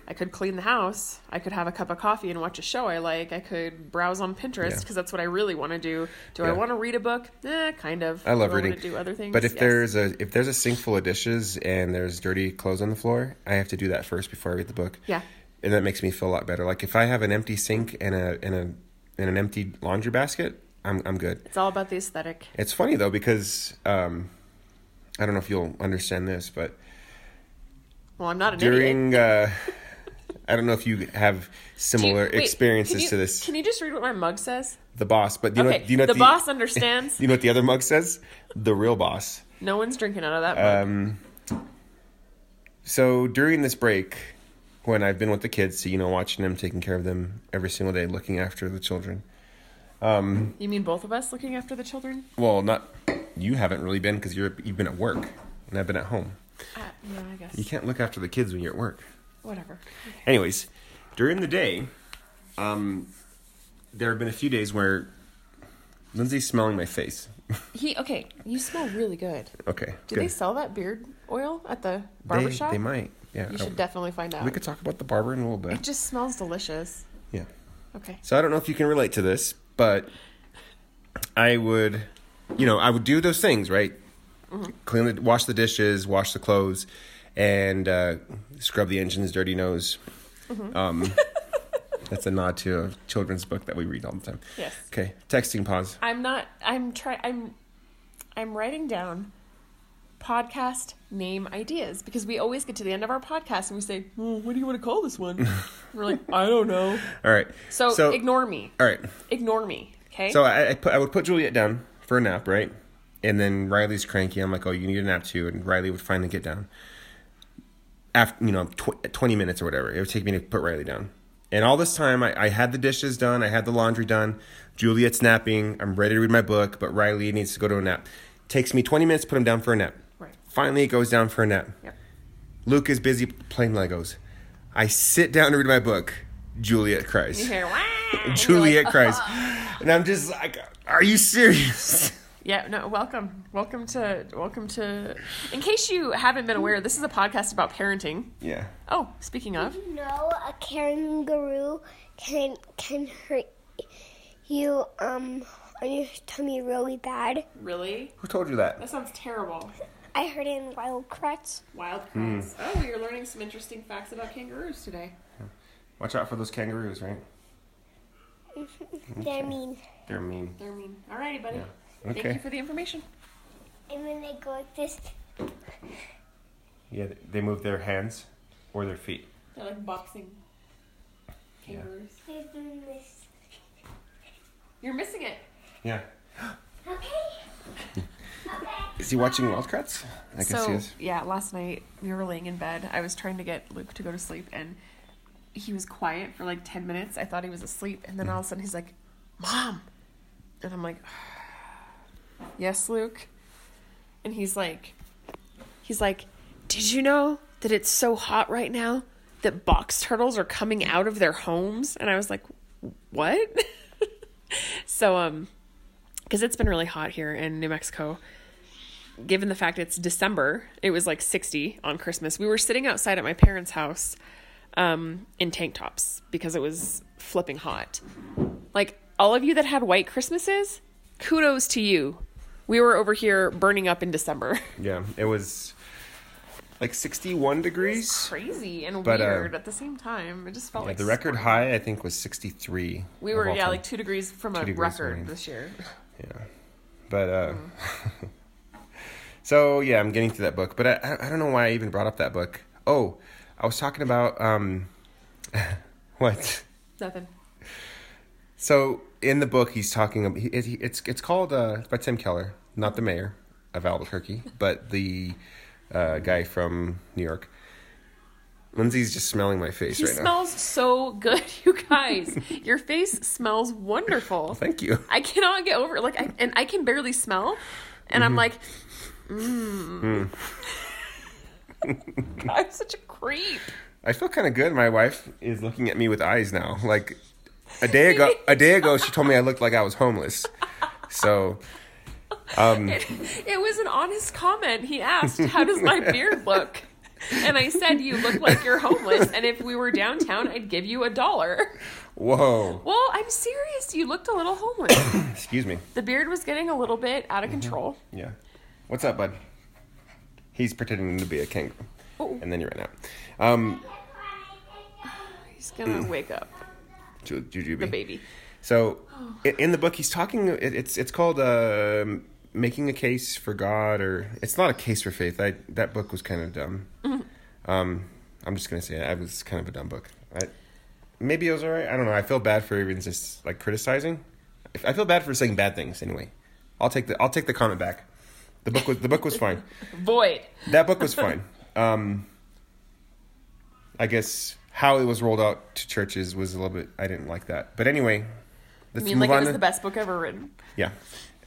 I could clean the house. I could have a cup of coffee and watch a show I like. I could browse on Pinterest
Yeah.
because that's what I really want to do. Do
Yeah.
I want to read a book? Eh, kind of.
I love
do
reading.
Want to do other things.
But if
Yes.
there's a if there's a sink full of dishes and there's dirty clothes on the floor, I have to do that first before I read the book.
Yeah.
And that makes me feel a lot better. Like if I have an empty sink and a and a and an empty laundry basket, I'm I'm good.
It's all about the aesthetic.
It's funny though because um, I don't know if you'll understand this, but
Well, I'm not an idiot.
during uh, I don't know if you have
Do you-
similar
wait,
experiences
can you-
to this.
Can you just read what my mug says?
the boss, but do you
okay,
know do you know
the,
what
boss understands.
Do you know what the other mug says? The real boss.
No one's drinking out of that mug.
Um, so during this break, when I've been with the kids, so you know, watching them, taking care of them every single day, looking after the children.
You mean both of us looking after the children?
Well, not you haven't really been because you're you've been at work, and I've been at home.
Uh, yeah, I guess.
You can't look after the kids when you're at work.
Whatever.
Anyways, during the day, um, there have been a few days where Lindsay's smelling my face.
He okay. You smell really good.
Okay.
Do
good.
they sell that beard oil at the
They-
barber shop?
They, might. Yeah.
You
I-
should definitely find out.
we could talk about the barber in a little
It
bit.
just smells delicious.
Yeah.
Okay.
So I don't know if you can relate to this, but I would, you know, I would do those things, right?
Mm-hmm.
Clean the, wash the dishes, wash the clothes, and uh, scrub the engine's dirty nose.
Mm-hmm.
Um, that's a nod to a children's book that we read all the time.
Yes.
Okay, texting pause.
I'm not. I'm try. I'm. I'm writing down podcast name ideas because we always get to the end of our podcast and we say, well, "What do you want to call this one?" We're like, "I don't know."
All right.
So, ignore me.
All right.
Ignore me. Okay.
uh, So I, I put I would put Juliet down for a nap, right? And then Riley's cranky. I'm like, oh, you need a nap too. And Riley would finally get down. After you know, tw- twenty minutes or whatever, it would take me to put Riley down. And all this time, I, I had the dishes done, I had the laundry done. Juliet's napping. I'm ready to read my book, but Riley needs to go to a nap. Takes me twenty minutes. to Put him down for a nap.
Right.
Finally, it goes down for a nap.
Yep.
Luke is busy playing Legos. I sit down to read my book. Juliet cries.
You hear, "Wah," and you're like,
Juliet
"Oh."
cries. And I'm just like, are you serious?
Yeah, no, welcome. Welcome to welcome to In case you haven't been aware, this is a podcast about parenting.
Yeah.
Oh, speaking of,
No, a kangaroo can can hurt you um on your tummy really bad.
really?
Who told you that?
That sounds terrible.
I heard it in Wild Kratts.
Wild
Hmm.
cries. Oh, we are learning some interesting facts about kangaroos today.
Watch out for those kangaroos, right?
They're mean.
They're mean.
They're mean. All righty, buddy. Thank
Okay.
you for the information.
And when they go like this,
Yeah, they move their hands or their feet.
They're like boxing
Yeah.
kangaroos.
they're doing this.
You're missing it.
Yeah.
Okay. okay.
Is he watching Wildcrats? I
so, yeah, last night we were laying in bed. I was trying to get Luke to go to sleep, and he was quiet for like 10 minutes. I thought he was asleep, and then all of a sudden he's like, Mom! And I'm like, Yes, Luke? And he's like, He's like, Did you know that it's so hot right now that box turtles are coming out of their homes? And I was like, What? so, um, because it's been really hot here in New Mexico given the fact it's December, it was like 60 on Christmas. We were sitting outside at my parents' house um, in tank tops because it was flipping hot. Like, all of you that had white Christmases, kudos to you. We were over here burning up in December.
Yeah, it was like 61 degrees.
Crazy and
But, uh,
weird at the same time. It just felt
Yeah,
like
the record high, I think, was 63.
We
of
were
all
yeah,
time.
like two degrees from a
degrees
record
warning.
this year.
Yeah. But, uh. so, yeah, I'm getting through that book. But I- I, I don't know why I even brought up that book. Oh, I was talking about, um. what?
Nothing.
So in the book, he's talking. ab- He, he, it's it's called uh, by Tim Keller, not the mayor of Albuquerque, but the uh, guy from New York. Lindsay's just smelling my face
He
right now.
smells so good, you guys. Your face smells wonderful.
Thank you.
I cannot get over it. Like, I, and I can barely smell, and I'm like, mmm. I'm such a creep.
I feel kind of good. My wife is looking at me with eyes now. Like a day ago, a day ago, she told me I looked like I was homeless. So Um.
It, it was an honest comment. He asked, "How does my beard look?" And I said, "You look like you're homeless, and if we were downtown, I'd give you a dollar."
whoa,
Well, I'm serious. You looked a little homeless.
excuse me.
The beard was getting a little bit out of control.
Yeah, what's up, bud? He's pretending to be a kangaroo,
Oh.
and then you ran out. Um,
He's gonna wake up
Ju- Jujube.
the baby.
So, i in the book, he's talking. It, it's it's called uh, "Making a Case for God," or it's not a case for faith. I that book was kind of dumb. Um, I'm just gonna say it. it was kind of a dumb book. I, maybe it was alright. I don't know. I feel bad for even just like criticizing. If- I feel bad for saying bad things. Anyway, I'll take the I'll take the comment back. The book was the book was fine.
Void.
That book was fine. Um, I guess how it was rolled out to churches was a little bit. I didn't like that. But anyway,
I
let's
mean, like it was the best book ever written.
yeah.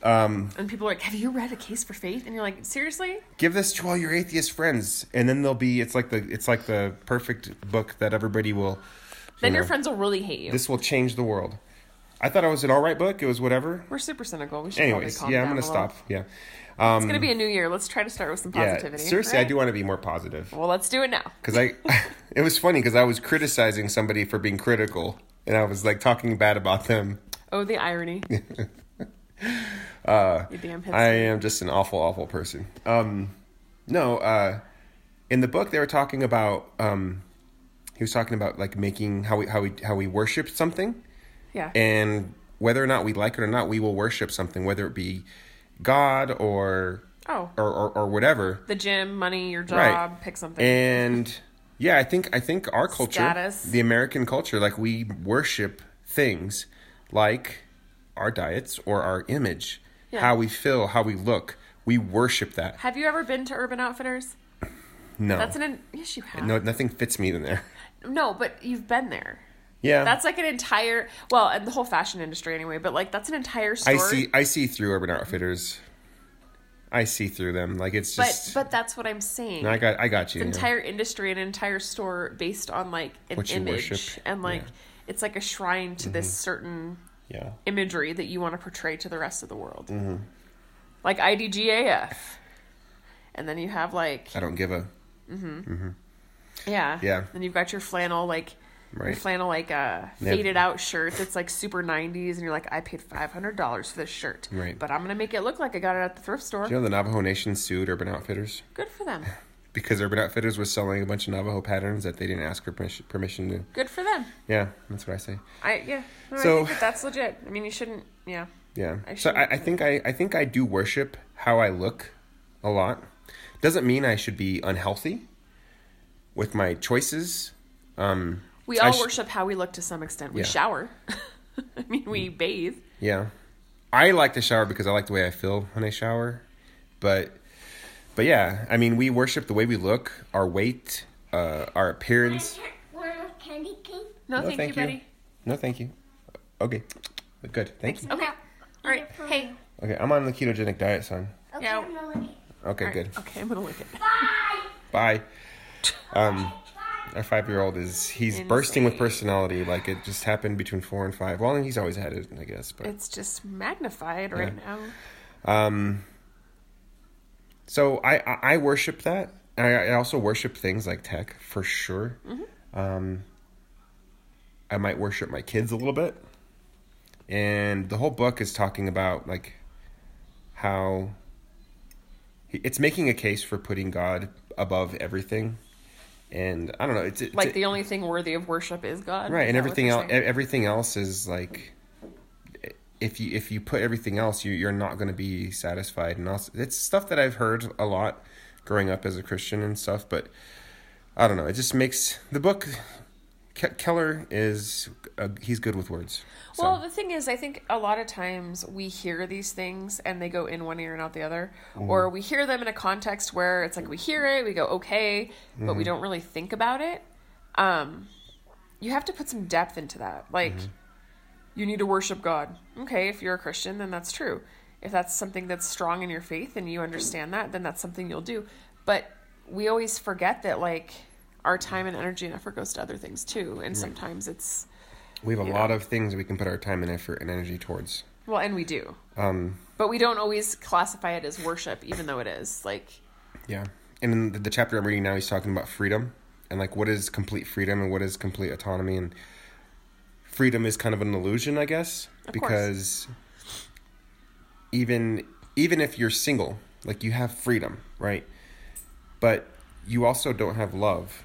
Um,
And people are like, "Have you read A Case for Faith?" And you're like, "Seriously?"
give this to all your atheist friends, and then they'll be. It's like the it's like the perfect book that everybody will
Then your
know.
friends will really hate you.
This will change the world. I thought it was an all right book. It was whatever.
We're super cynical. We should
Anyways,
probably calm
yeah, I'm
down
gonna
a little.
stop. Yeah, um,
It's gonna be a new year. Let's try to start with some
yeah.
positivity.
Seriously, I
right?
do want to be more positive
Well, let's do it now.
because I. it was funny because I was criticizing somebody for being critical, and I was like talking bad about them.
Oh, the irony. you damn hipster.
Uh, I am just an awful, awful person. Um, no, uh, in the book they were talking about. Um, he was talking about like making how we how we how we worship something.
yeah.
and whether or not we like it or not, we will worship something, whether it be God or
oh,
or or, or whatever.
the gym, money, your job,
Right.
pick something.
And yeah, I think I think our culture,
Status.
the American culture, like we worship things like our diets or our image,
Yeah.
how we feel, how we look. We worship that.
have you ever been to Urban Outfitters?
No,
That's an yes, you have.
no, nothing fits me in there.
no, but you've been there.
Yeah,
That's like an entire well, and the whole fashion industry anyway. But like that's an entire story.
I see. I see through Urban Outfitters. I see through them. Like it's
But
just.
but that's what I'm saying.
I got. I got you.
An
yeah.
entire industry, an entire store based on like an
What you
image
worship,
and like
yeah. Mm-hmm.
it's like a shrine to this certain
yeah.
imagery that you want to portray to the rest of the world.
Mm-hmm.
Like IDGAF. And then you have like
I don't give a.
yeah.
Yeah.
Then you've got your flannel like your
Right.
flannel like uh
Yeah.
faded out shirt that's like super 90s and you're like I paid $500 for this shirt.
Right.
But I'm going to make it look like I got it at the thrift store.
You know the Navajo Nation sued Urban Outfitters
Good for them.
because Urban Outfitters was selling a bunch of Navajo patterns that they didn't ask for permission, permission to.
Good for them.
Yeah, that's what I say.
I yeah. No, I
So-
think that that's legit. I mean, you shouldn't yeah.
Yeah.
I
so I, I
shouldn't-
think I, I think I do worship how I look a lot. Doesn't mean I should be unhealthy with my choices. Um,
We
I
all
sh-
worship how we look to some extent. We
Yeah. Mm.
shower. I mean, we bathe.
Yeah. I like to shower because I like the way I feel when I shower. But but yeah, I mean we worship the way we look, our weight, uh, our appearance.
Want a candy cane?
No, thank, you, buddy.
No, thank you. Okay. Good. Thank you.
Okay. All right. Hey.
Okay, I'm on the ketogenic diet, son.
Okay,
Yeah.
I'm gonna lick it.
Okay,
All right.
good.
Okay, I'm gonna lick it.
Bye.
Bye. Um, our five year old is he's bursting with personality. Like it just happened between four and five. Well, he's always had it, I guess. But
It's just magnified right
Yeah.
now.
um, so I I, I worship that. And I, I also worship things like tech for sure.
Mm-hmm.
Um, I might worship my kids a little bit, and the whole book is talking about like how it's making a case for putting God above everything. And I don't know. It's, it's
Like the only thing worthy of worship is God.
right
Is
and
that what
everything
you're
else
saying?
everything else is like if you if you put everything else you you're not going to be satisfied and also it's stuff that i've heard a lot growing up as a christian and stuff but i don't know it just makes the book Ke- keller is uh, he's good with words so
Well, the thing is, I think a lot of times we hear these things and they go in one ear and out the other, or we hear them in a context where it's like we hear it, we go okay, but we don't really think about it. Um, you have to put some depth into that. Like, you need to worship God. Okay, if you're a Christian, then that's true. If that's something that's strong in your faith and you understand that, then that's something you'll do. But we always forget that like our time and energy and effort goes to other things too, and sometimes it's
we have a lot of things we can put our time and effort and energy towards Um,
Well, and we do. but we don't always classify it as worship, even though it is. Like,
yeah and in the, the chapter i'm reading now he's talking about freedom and like what is complete freedom and what is complete autonomy and freedom is kind of an illusion i guess
Of course.
because even even if you're single like you have freedom right but you also don't have love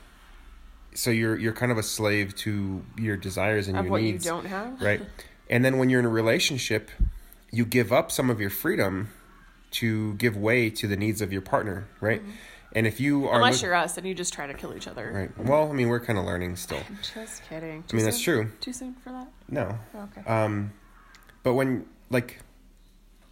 so you're you're kind of a slave to your desires and
of
your
what
needs
you don't have.
right? And then when you're in a relationship, you give up some of your freedom to give way to the needs of your partner, right? And if you are
Unless
look-
you're us and you just try to kill each other.
right, well, I mean, we're kind of learning still.
I'm just kidding.
I mean, that's true.
Too soon for that?
No,
Okay.
um, but when like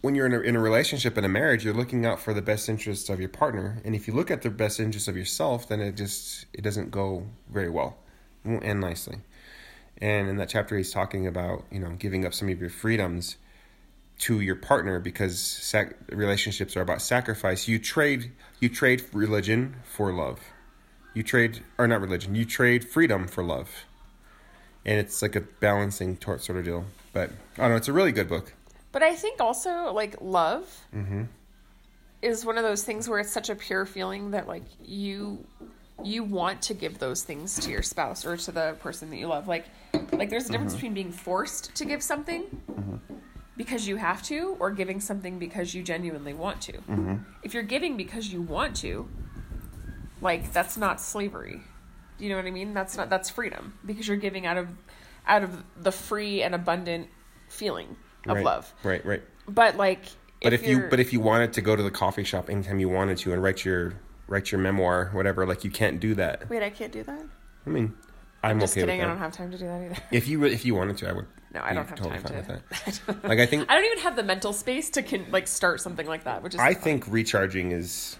when you're in a, in a relationship in a marriage, you're looking out for the best interests of your partner, and if you look at the best interests of yourself, then it just it doesn't go very well, it won't end nicely. And in that chapter, he's talking about you know giving up some of your freedoms to your partner because sac- relationships are about sacrifice. You trade you trade religion for love. You trade or not religion. You trade freedom for love and it's like a balancing tort sort of deal. But I don't know. It's a really good book.
But I think also like love is one of those things where it's such a pure feeling that like you you want to give those things to your spouse or to the person that you love. Like like there's a difference between being forced to give something because you have to or giving something because you genuinely want to. If you're giving because you want to, like that's not slavery. Do you know what I mean? That's not that's freedom because you're giving out of out of the free and abundant feeling of
right.
love.
Right. Right.
But like,
But if, you
you're-
but if you wanted to go to the coffee shop anytime you wanted to and write your write your memoir whatever, like you can't do that.
wait, I can't do that.
I mean, I'm,
Just
okay
kidding.
with
I
that.
don't have time to do that either.
if you re- if you wanted to, I would.
No, I
be
don't have
totally fine
time to.
with that. like I think
I don't even have the mental space to can, like start something like that, which is
I think recharging is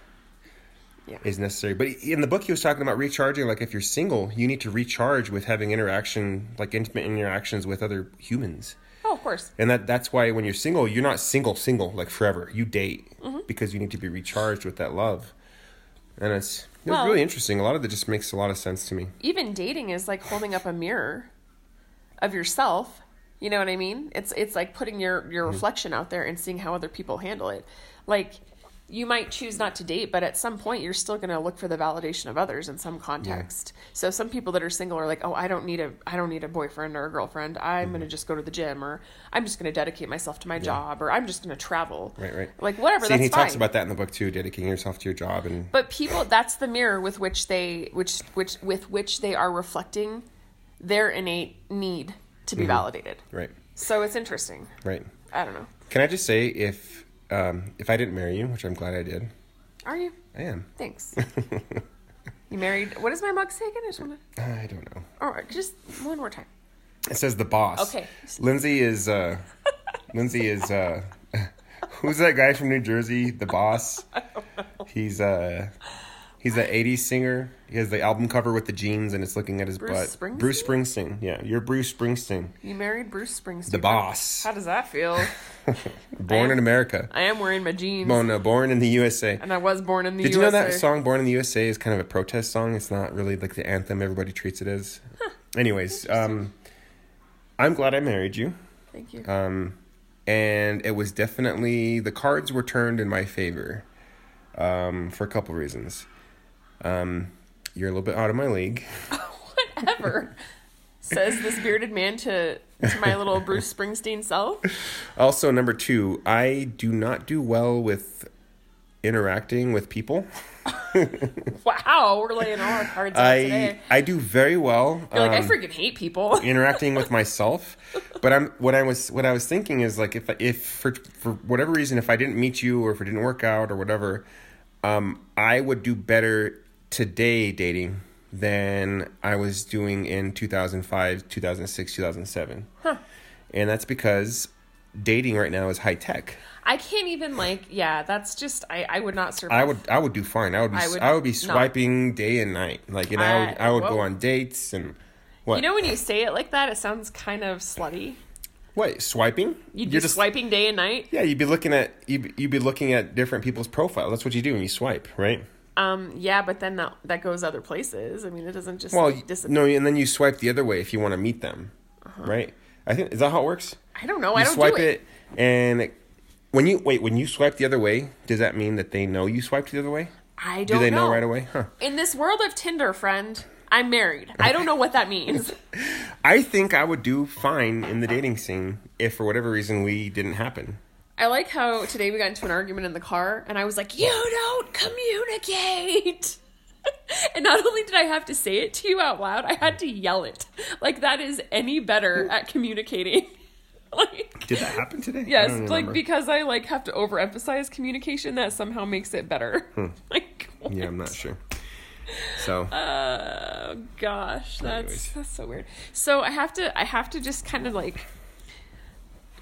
Yeah.
is necessary. But in the book, he was talking about recharging. Like if you're single, you need to recharge with having interaction, like intimate interactions with other humans.
oh, of course.
And that that's why when you're single, you're not single single like forever. You date
Mm-hmm.
because you need to be recharged with that love. And it's it's
Well-
really interesting. A lot of it just makes a lot of sense to me.
Even dating is like holding up a mirror of yourself. You know what I mean? It's it's like putting your your
Mm-hmm.
reflection out there and seeing how other people handle it. Like you might choose not to date, but at some point you're still going to look for the validation of others in some context. So some people that are single are like, "Oh, I don't need a I don't need a boyfriend or a girlfriend. I'm
Mm-hmm.
going to just go to the gym or I'm just going to dedicate myself to my job or I'm just going to travel."
Right, right.
Like whatever
See, and
that's
he
fine.
talks about that in the book too, dedicating yourself to your job and
But people, that's the mirror with which they, which, which, with which they are reflecting their innate need to be
Mm-hmm.
validated.
right,
So it's interesting.
right.
I don't know.
Can I just say if um, if I didn't marry you, which I'm glad I did,
Are you?
I am.
Thanks. you married? What does my mug say again? I just want to.
I don't know.
Or just one more time.
It says the boss.
Okay.
Lindsay is uh Lindsay is uh who's that guy from New Jersey? The boss. He's uh he's that 80s singer. He has the album cover with the jeans and it's looking at his
Bruce
butt.
Springsteen?
Bruce Springsteen. Yeah, you're Bruce Springsteen.
You married Bruce Springsteen.
The boss.
How does that feel?
Born in America.
I am wearing my jeans,
Oh no, born in the USA.
and I was born in the
Did you
USA.
know that song "Born in the USA" is kind of a protest song? It's not really like the anthem everybody treats it as. Anyways, um, I'm glad I married you.
Thank you.
um, and it was definitely the cards were turned in my favor um, for a couple reasons. Um, you're a little bit out of my league.
Whatever. Says this bearded man to to my little Bruce Springsteen self.
Also, number two, I do not do well with interacting with people.
Wow, we're laying all our cards out
I
today.
I do very well.
You're like, I
um,
freaking hate people.
interacting with myself. But I'm what I was what I was thinking is like if if for for whatever reason if I didn't meet you or if it didn't work out or whatever, um, I would do better today dating than I was doing in 2005, 2006, 2007. And that's because dating right now is high tech.
I can't even like, yeah, that's just I, I would not survive.
I would I would do fine. I would be
I
I
would
would, be
not.
swiping day and night. Like and I would
I-
I would
whoa.
go on dates and what
you know when you say it like that, it sounds kind of slutty.
what swiping?
You'd
You're
be swiping day and night.
Yeah, you'd be looking at you'd, be- you'd be looking at different people's profiles. That's what you do when you swipe, right?
Um, yeah, but then that that goes other places. I mean, it doesn't just
Well,
well,
you-
disappear.
no, and then you swipe the other way if you want to meet them, right? I think is that how it works?
I don't know.
You
I don't
swipe
do it.
it, and it, when you wait, when you swipe the other way, does that mean that they know you swiped the other way?
I
Do
don't.
they
know.
know right away? Huh.
In this world of Tinder, friend, I'm married. I don't know what that means.
I think I would do fine in the dating scene if, for whatever reason, we didn't happen.
I like how today we got into an argument in the car, and I was like, "You don't communicate." and not only did I have to say it to you out loud, I had to yell it. Like that is any better at communicating? like
Did that happen today? I
yes,
don't
like
remember.
because I like have to overemphasize communication, that somehow makes it better. Like
Hmm. yeah, I'm not sure. So
Oh gosh, that's
Anyways.
that's so weird. So I have to I have to just kind of like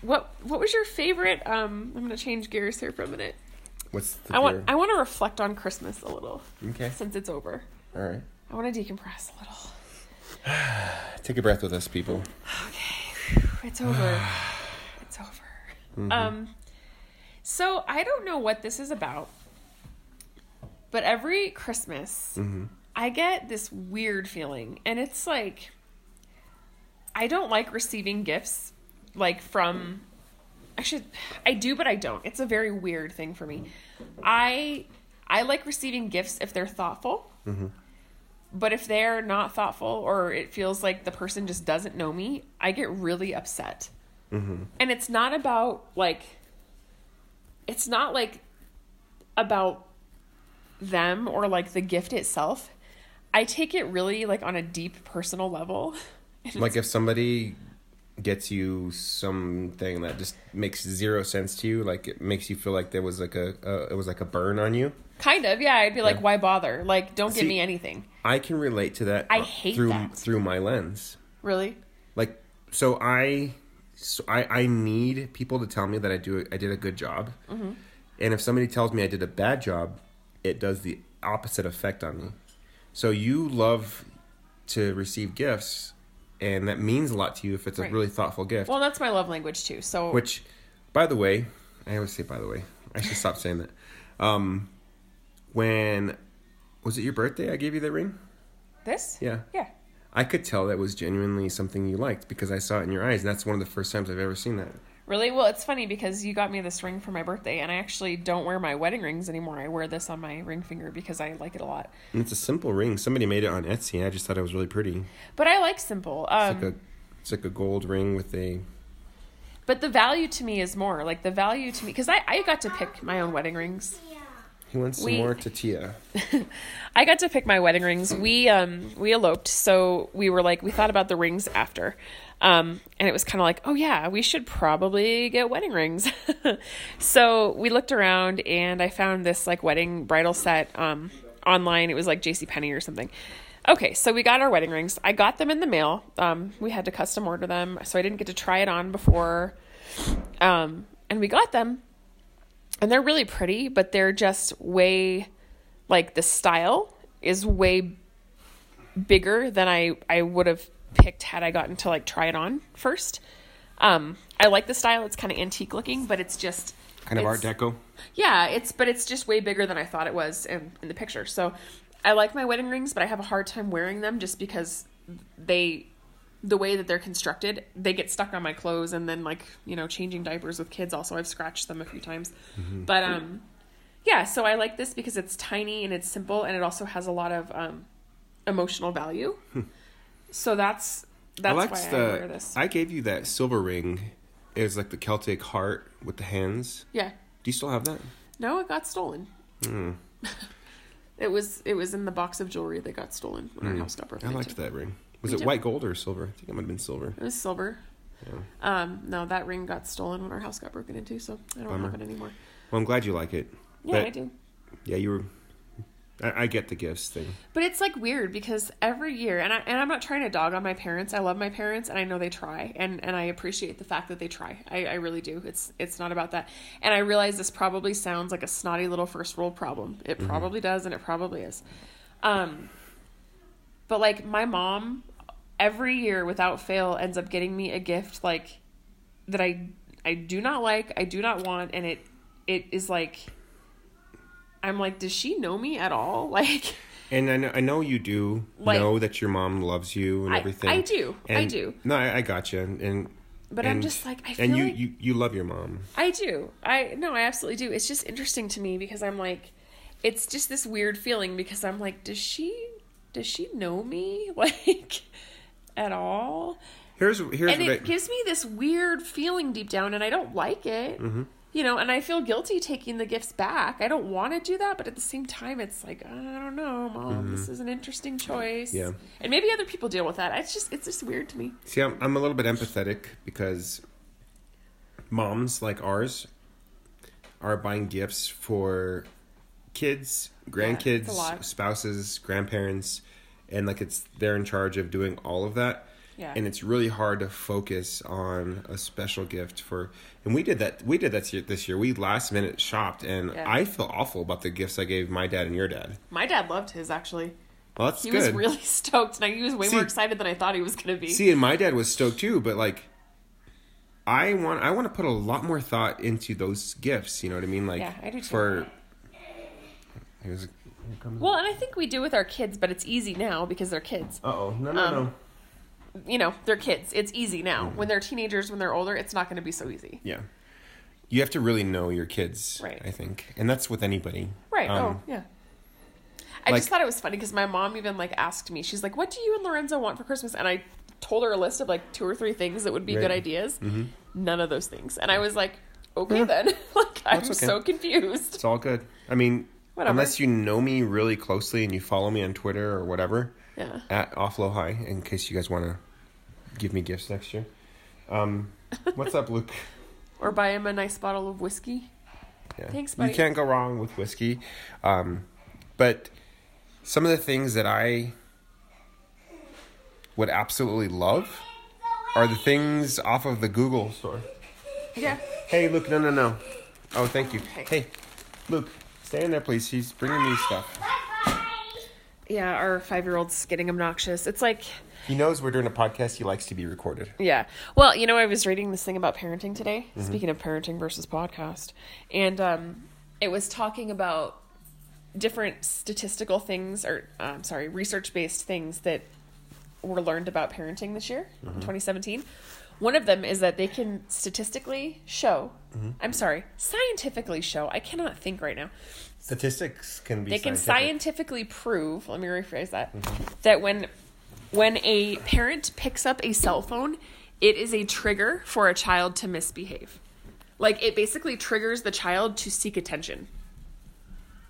what what was your favorite um I'm going to change gears here for a minute.
what's the
I want
theory?
I want to reflect on Christmas a little
okay?
since it's over.
All right,
I want to decompress a little.
take a breath with us, people.
It's over. it's over. Um so I don't know what this is about. But every Christmas I get this weird feeling and it's like I don't like receiving gifts like from I should I do but I don't. It's a very weird thing for me. I I like receiving gifts if they're thoughtful. But if they're not thoughtful or it feels like the person just doesn't know me, I get really upset.
Mm-hmm.
And it's not about like it's not like about them or like the gift itself. I take it really like on a deep personal level.
Like if somebody gets you something that just makes zero sense to you, like it makes you feel like there was like a uh, it was like a burn on you.
Kind of, yeah. I'd be like,
Yeah.
why bother? Like, don't give
See-
me anything.
I can relate to that.
I
uh,
hate
through
that.
through my lens.
Really?
Like so I so I I need people to tell me that I do I did a good job.
Mm-hmm.
And if somebody tells me I did a bad job, it does the opposite effect on me. So you love to receive gifts and that means a lot to you if it's
Right.
a really thoughtful gift.
Well, that's my love language too. So,
Which, by the way, I always say by the way. I should stop saying that. Um, when was it your birthday? I gave you that ring.
this?
Yeah.
Yeah.
I could tell that was genuinely something you liked because I saw it in your eyes, and that's one of the first times I've ever seen that.
Really? Well, it's funny because you got me this ring for my birthday, and I actually don't wear my wedding rings anymore. I wear this on my ring finger because I like it a lot.
And it's a simple ring. Somebody made it on Etsy, and I just thought it was really pretty.
But I like simple.
It's
Um,
like a, it's like a gold ring with a.
but the value to me is more like the value to me because I, I got to pick my own wedding rings.
He wants some
We-
more tortilla.
I got to pick my wedding rings. We um we eloped, so we were like we thought about the rings after. Um and it was kind of like, "Oh yeah, we should probably get wedding rings." so, we looked around and I found this like wedding bridal set um online. It was like JC Penney or something. Okay, so we got our wedding rings. I got them in the mail. Um we had to custom order them, so I didn't get to try it on before um and we got them and they're really pretty, but they're just way like the style is way bigger than I I would have picked had I gotten to like try it on first. Um, I like the style; it's kind of antique looking, but it's just
Kind of Art
it's-
Deco.
Yeah, it's but it's just way bigger than I thought it was in, in the picture. So I like my wedding rings, but I have a hard time wearing them just because they the way that they're constructed, they get stuck on my clothes and then like, you know, changing diapers with kids also I've scratched them a few times.
Mm-hmm.
But um yeah, so I like this because it's tiny and it's simple and it also has a lot of um emotional value. so that's that's
Hmm. I liked
why
the.
I wear this.
I gave you that silver ring. It was like the Celtic heart with the hands.
yeah.
Do you still have that?
No, it got stolen.
Hmm.
it was it was in the box of jewelry that got stolen when our house got broken
Hmm. I
into.
liked that ring. Was
Me
it
too.
white gold or silver? I think it might have been silver.
It was silver. Um, no, that ring got stolen when our house got broken into, so I don't have it
Bummer.
anymore.
Well, I'm glad you like it.
Yeah,
But-
I do.
Yeah, you were. I, I get the gifts thing.
But it's like weird because every year, and I and I'm not trying to dog on my parents. I love my parents, and I know they try, and and I appreciate the fact that they try. I, I really do. It's it's not about that. And I realize this probably sounds like a snotty little first world problem. It probably does, and it probably is. Um, but like my mom, every year without fail ends up getting me a gift like that I I do not like, I do not want, and it it is like. I'm like, does she know me at all? Like,
And I know, I know you do
Like-
know that your mom loves you and
I-
everything.
I do. I
And-
do.
No, I, I got you. And, and
But I'm
and-
just like, I
and
feel
you,
like-
you you love your mom.
I do. I no, I absolutely do. It's just interesting to me because I'm like, it's just this weird feeling because I'm like, does she, does she know me like at all?
Here's here's what
and it
I-
gives me this weird feeling deep down, and I don't like it.
Mm-hmm.
You know, and I feel guilty taking the gifts back. I don't want to do that, but at the same time, it's like I don't know, mom. This is an interesting choice.
Mm-hmm. Yeah.
and maybe other people deal with that. It's just it's just weird to me.
see, I'm I'm a little bit empathetic because moms like ours are buying gifts for kids, grandkids,
lot.
spouses, grandparents, and like it's they're in charge of doing all of that.
Yeah.
And it's really hard to focus on a special gift for. And we did that. We did that this year. This year. We last minute shopped, and
Yeah.
I feel awful about the gifts I gave my dad and your dad.
My dad loved his actually.
Well, that's
He
good.
was really stoked, and I- he was way
See-
more excited than I thought he was going to be.
See, and my dad was stoked too, but like, I want I want to put a lot more thought into those gifts. You know what I mean? Like,
Yeah, I do too.
for. He was.
well, and I think we do with our kids, but it's easy now because they're kids.
Uh oh! No! No!
Um,
no!
you know, they're kids. It's easy now. When they're teenagers, when they're older, it's not going to be so easy.
Yeah. You have to really know your kids,
Right.
I think. And that's with anybody.
Right.
Um,
oh, yeah. I
like-
just thought it was funny because my mom even like asked me. She's like, "What do you and Lorenzo want for Christmas?" And I told her a list of like two or three things that would be
Right. Mm-hmm.
good ideas. None of those things. And I was like, "Okay then." like I'm
okay.
so confused.
It's all good. I mean,
Whatever.
unless you know me really closely and you follow me on Twitter or whatever,
Yeah.
at Offlow High, in case you guys want to give me gifts next year. Um, what's up, Luke?
Or buy him a nice bottle of whiskey.
Yeah.
Thanks,
You
buddy.
can't go wrong with whiskey. Um, but some of the things that I would absolutely love are the things off of the Google store.
Yeah.
Hey, Luke, no, no, no. Oh, thank you. Hey,
Hey.
Luke, stay in there, please. He's bringing me stuff.
Yeah. Our five year old's getting obnoxious. It's like
He knows we're doing a podcast. He likes to be recorded.
Yeah. Well, you know, I was reading this thing about parenting today, speaking of parenting versus podcast, and um, it was talking about different statistical things, or um, sorry, research based things that were learned about parenting this year, in 2017. One of them is that they can statistically show, I'm sorry, scientifically show, I cannot think right now,
Statistics can be.
they can scientifically prove let me rephrase that that when when a parent picks up a cell phone it is a trigger for a child to misbehave like it basically triggers the child to seek attention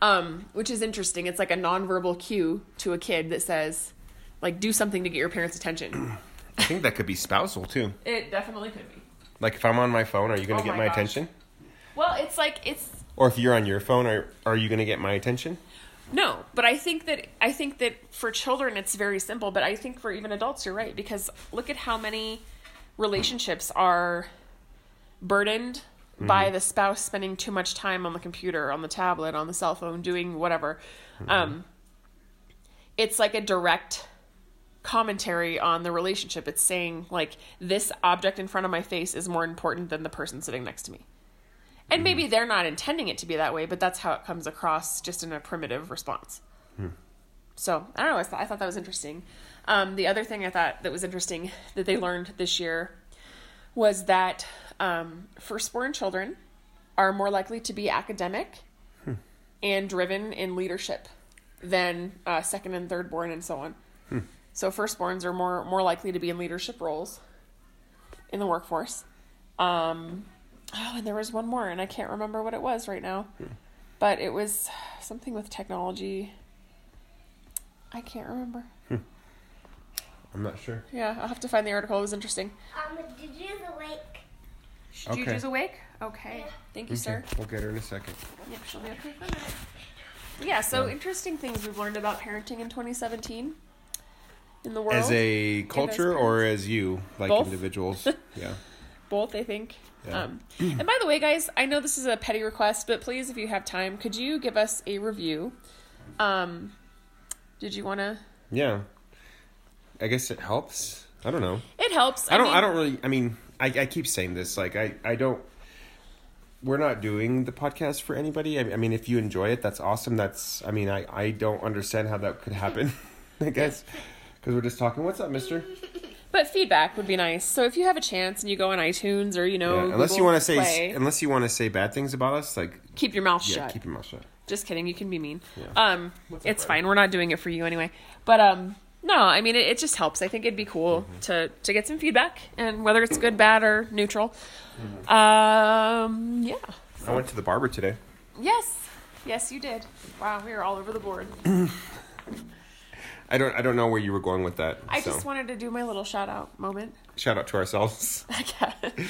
um which is interesting it's like a nonverbal cue to a kid that says like do something to get your parents attention
I think that could be spousal too.
it definitely could be
Like if I'm on my phone, are you going to
Oh
get
my
my
gosh.
attention?
well it's like it's
Or if you're on your phone, are are you going to get my attention?
No, but I think that I think that for children it's very simple, but I think for even adults you're right because look at how many relationships are burdened by the spouse spending too much time on the computer, on the tablet, on the cell phone, doing whatever. Um, it's like a direct commentary on the relationship. It's saying like this object in front of my face is more important than the person sitting next to me. And maybe they're not intending it to be that way, but that's how it comes across just in a primitive response. So I don't know. I thought, I thought that was interesting. Um, the other thing I thought that was interesting that they learned this year was that um, firstborn children are more likely to be academic and driven in leadership than uh, second and third born and so on. So firstborns are more more likely to be in leadership roles in the workforce. Um, oh, and there was one more, and I can't remember what it was right now, but it was something with technology. I can't remember.
I'm not sure.
Yeah, I'll have to find the article. It was interesting.
Um, did you awake?
Okay. Juju's
awake? Okay. Thank you, sir.
We'll get her in a second.
Yep, she'll be okay for a minute. Yeah, so interesting things we've learned about parenting in 2017 in the world.
As a culture or as you, like
Both.
individuals? yeah.
both i think
Yeah.
um, and by the way guys i know this is a petty request but please if you have time could you give us a review um, did you want to
Yeah. I guess it helps. I don't know.
it helps
I don't
mean-
I don't really I mean, I, I keep saying this, like I, I don't we're not doing the podcast for anybody. I, I mean if you enjoy it, that's awesome. That's I mean I, I don't understand how that could happen. I guess. Because we're just talking, what's up, mister?
but feedback would be nice so if you have a chance and you go on itunes or you know
Yeah, unless you
Google
want to say
Play,
unless you want to say bad things about us, like
keep your mouth
yeah,
shut
keep your mouth shut.
just kidding you can be mean
Yeah.
um
What's up,
it's
Ryder?
fine we're not doing it for you anyway but um no i mean it, it just helps i think it'd be cool
Mm-hmm.
to to get some feedback and whether it's good bad or neutral
Mm-hmm.
um yeah
I went to the barber today.
Yes. Yes, you did. Wow, we are all over the board.
I don't I don't know where you were going with that.
I
so.
just wanted to do my little shout out moment,
shout out to ourselves.
I guess.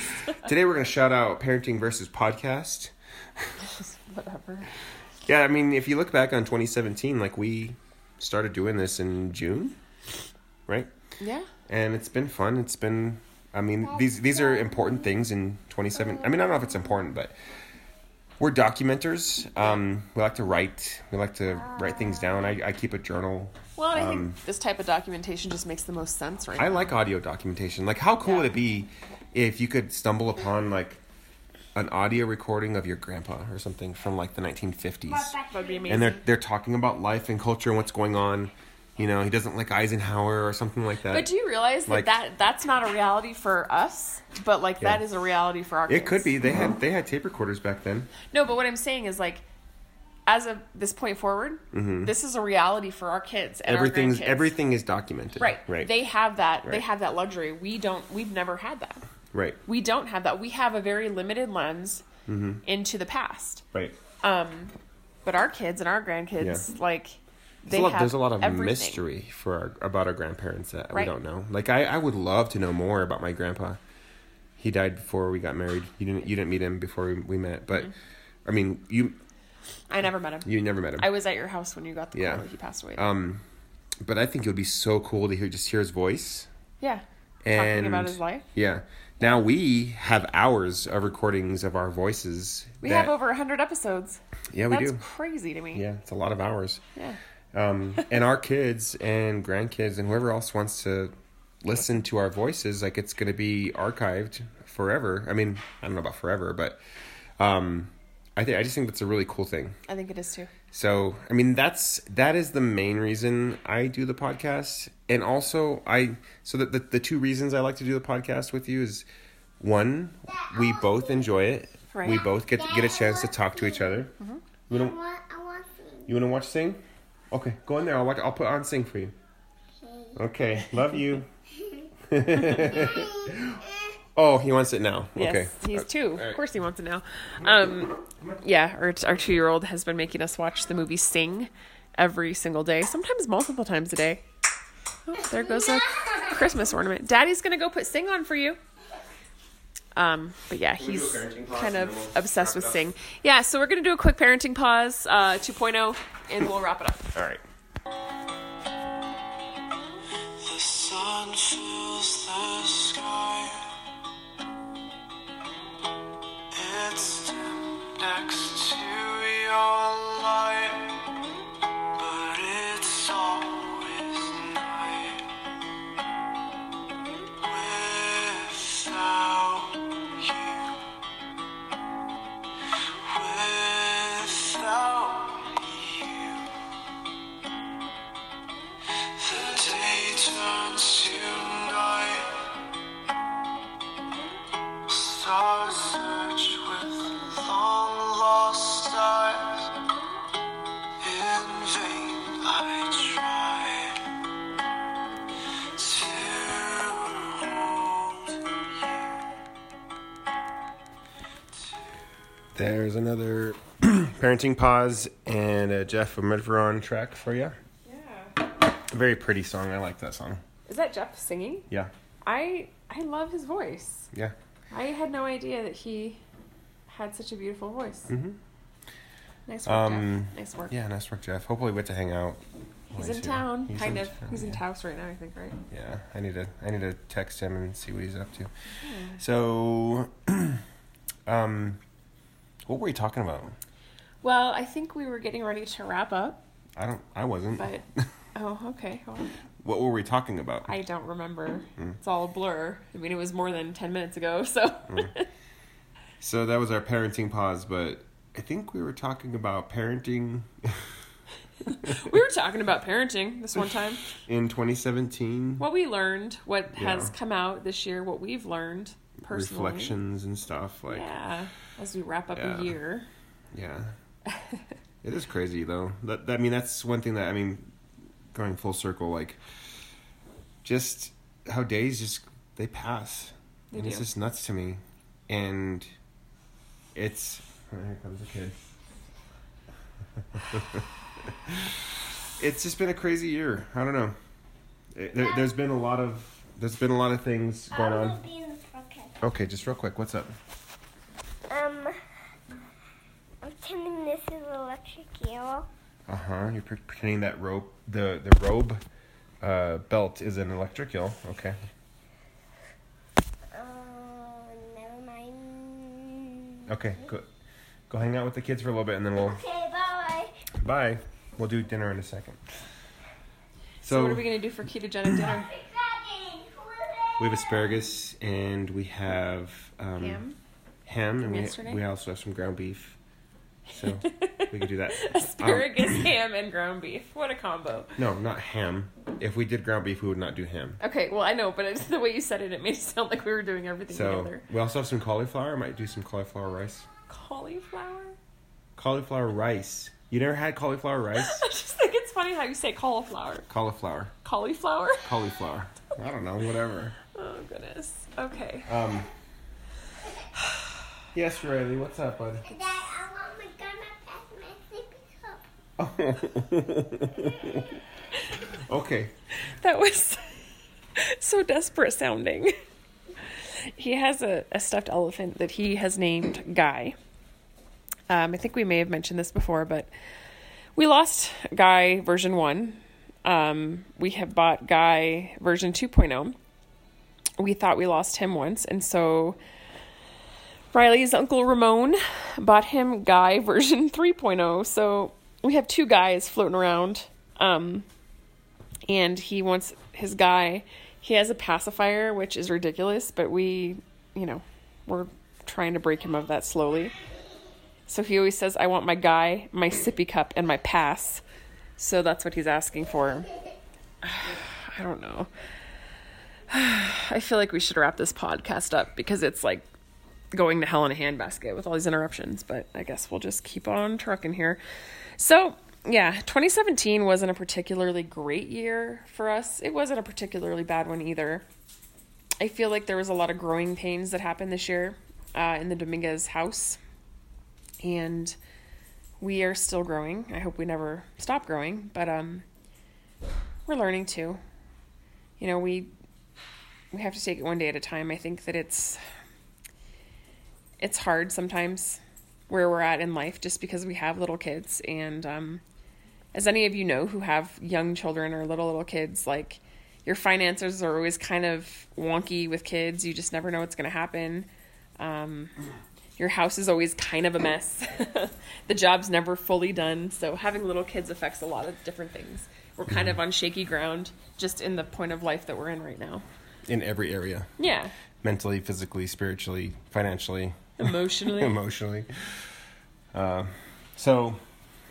Today we're going to shout out Parenting versus Podcast.
Whatever.
Yeah, I mean, if you look back on 2017, like we started doing this in June, right?
Yeah.
And it's been fun. It's been I mean, these these are important things in 2017. I mean, I don't know if it's important, but we're documenters. Um, we like to write. We like to write things down. I, I keep a journal.
Well, I
Um,
think this type of documentation just makes the most sense right
I
now.
like audio documentation. Like, how cool
Yeah.
would it be if you could stumble upon like an audio recording of your grandpa or something from like the 1950s,
That'd be amazing.
and they're they're talking about life and culture and what's going on, You know, he doesn't like Eisenhower or something like that.
But do you realize that,
Like-
that that's not a reality for us, but like that
Yeah.
is a reality for our
it could be
kids.
they had they had tape recorders back then.
No, but what I'm saying is like as of this point forward, this is a reality for our kids and
Mm-hmm. Everything's
our grandkids.
everything is documented.
Right.
Right.
They have that. They
Right.
have that luxury. We don't. We've never had that.
right.
We don't have that. We have a very limited lens
Mm-hmm.
into the past. Um,
Right.
But our kids and our grandkids, like,
There's
they
a lot,
have
there's a lot of
everything.
mystery for our, about our grandparents that we
Right.
don't know. Like I, I would love to know more about my grandpa. He died before we got married. You didn't you didn't meet him before we, we met,
Mm-hmm.
but I mean you
I never met him.
you never met him.
I was at your house when you got the call
Yeah.
that he passed away.
um, but I think it would be so cool to hear just hear his voice
yeah.
and
Talking about his life.
Yeah. Now we have hours of recordings of our voices.
We
that-
have over 100 episodes.
Yeah, we
That's
do.
crazy to me.
Yeah, it's a lot of hours.
Yeah.
um, and our kids and grandkids and whoever else wants to listen to our voices like it's going to be archived forever i mean i don't know about forever but um, i think i just think that's a really cool thing
I think it is too.
so i mean that's that is the main reason i do the podcast and also i so that the, the two reasons i like to do the podcast with you is one we both enjoy it
Right.
we both get get a chance to talk to each other we
I
don't
want, I want some.
you want to watch Sing? Okay, go in there. I'll watch. I'll put on Sing for you. Okay, love you. oh, he wants it now. Okay. Uh,
Yes, he's two.
right.
Of course, he wants to know. Um, yeah, our, our two year old has been making us watch the movie Sing every single day, sometimes multiple times a day. Oh, there goes a Christmas ornament. Daddy's gonna go put Sing on for you. Um, but yeah,
we do a
he's
parenting pause
kind
and
of
then we'll
obsessed
wrap it
with
up?
Sing. Yeah, so we're gonna do a quick parenting pause, uh, 2.0, and we'll wrap it up.
All right.
The sun fills the sky. It's next to your light, but it's always night. Without you, without you. The day turns to night. Stars search with long lost eyes. In vain I try to hold
There's another parenting pause and a Jeff Medveron track for you.
Yeah.
Very pretty song. I like that song.
Is that Jeff singing?
Yeah.
I I love his voice.
Yeah.
I had no idea that he had such a beautiful voice. Nice work,
Mm-hmm. Um,
Jeff. Nice work.
Yeah. Nice work, Jeff. Hopefully, we get to hang out.
He's
Nice,
in
yeah.
town,
He's
kind
in
of.
town,
he's in
yeah.
Taos right now, I think, right?
Yeah, I need to I need to text him and see what he's up to.
Hmm.
So, um, what were we talking about?
Well, I think we were getting ready to wrap up,
I don't. I wasn't.
but oh, okay. Well,
what were we talking about?
I don't remember.
Mm.
It's all a blur. I mean, it was more than ten minutes ago, so
Mm. so that was our parenting pause, but I think we were talking about parenting
we were talking about parenting this one time.
in 2017,
What we learned, what has
Yeah.
come out this year, what we've learned personally.
reflections and stuff. Like, yeah,
Yeah, as we wrap up
Yeah.
a year.
it is crazy though. That, that I mean, that's one thing that I mean, going full circle, like, just how days just they pass,
They
and it's
do.
just nuts to me, and it's oh, here comes a kid. it's just been a crazy year. I don't know. It- There, there's been a lot of there's been a lot of things going
I will
on.
be in the podcast.
Okay, just real quick, what's up?
Um, I'm pretending this is electric eel.
Uh huh. You're pre- pretending that rope, the the robe, uh, belt is an electric eel. Okay.
Oh, never mind.
Okay. Go, go hang out with the kids for a little bit, and then we'll
Okay, bye.
bye. We'll do dinner in a second.
So,
So,
what are we gonna do for ketogenic dinner?
we have asparagus, and we have um,
Ham?
ham, and we,
yesterday?
we also have some ground beef. So we could do that. Um,
Asparagus, ham, and ground beef. What a combo.
No, not ham. If we did ground beef, we would not do ham.
Okay, well, I know, but it's the way you said it, it made it sound like we were doing everything
So
together.
we also have some cauliflower. I might do some cauliflower rice.
Cauliflower?
Cauliflower rice. You never had cauliflower rice?
I just think it's funny how you say cauliflower.
cauliflower.
Cauliflower?
Cauliflower. I don't know. Whatever.
Oh, goodness. Okay.
Um. Yes, Riley. What's up, bud?
Dad, I want my grandma back my sleeping cup.
okay.
That was so desperate sounding. He has a, a stuffed elephant that he has named Guy. Um, I think we may have mentioned this before, but we lost Guy version 1. Um, we have bought Guy version 2.0. We thought we lost him once, and so Riley's uncle Ramon bought him Guy version 3.0. So we have two guys floating around. Um, and he wants his guy he has a pacifier which is ridiculous but we you know we're trying to break him of that slowly so he always says i want my guy my sippy cup and my pass so that's what he's asking for i don't know i feel like we should wrap this podcast up because it's like going to hell in a handbasket with all these interruptions but i guess we'll just keep on trucking here so, yeah, 2017 wasn't a particularly great year for us. It wasn't a particularly bad one either. I feel like there was a lot of growing pains that happened this year uh, in the Dominguez house. And we are still growing. I hope we never stop growing, but um, we're learning too. You know, we we have to take it one day at a time. I think that it's it's hard sometimes where we're at in life just because we have little kids and um as any of you know who have young children or little little kids like your finances are always kind of wonky with kids you just never know what's going to happen um your house is always kind of a mess the job's never fully done so having little kids affects a lot of different things we're kind of on shaky ground just in the point of life that we're in right now
In every area,
yeah
mentally, physically, spiritually, financially,
emotionally
emotionally. Uh, so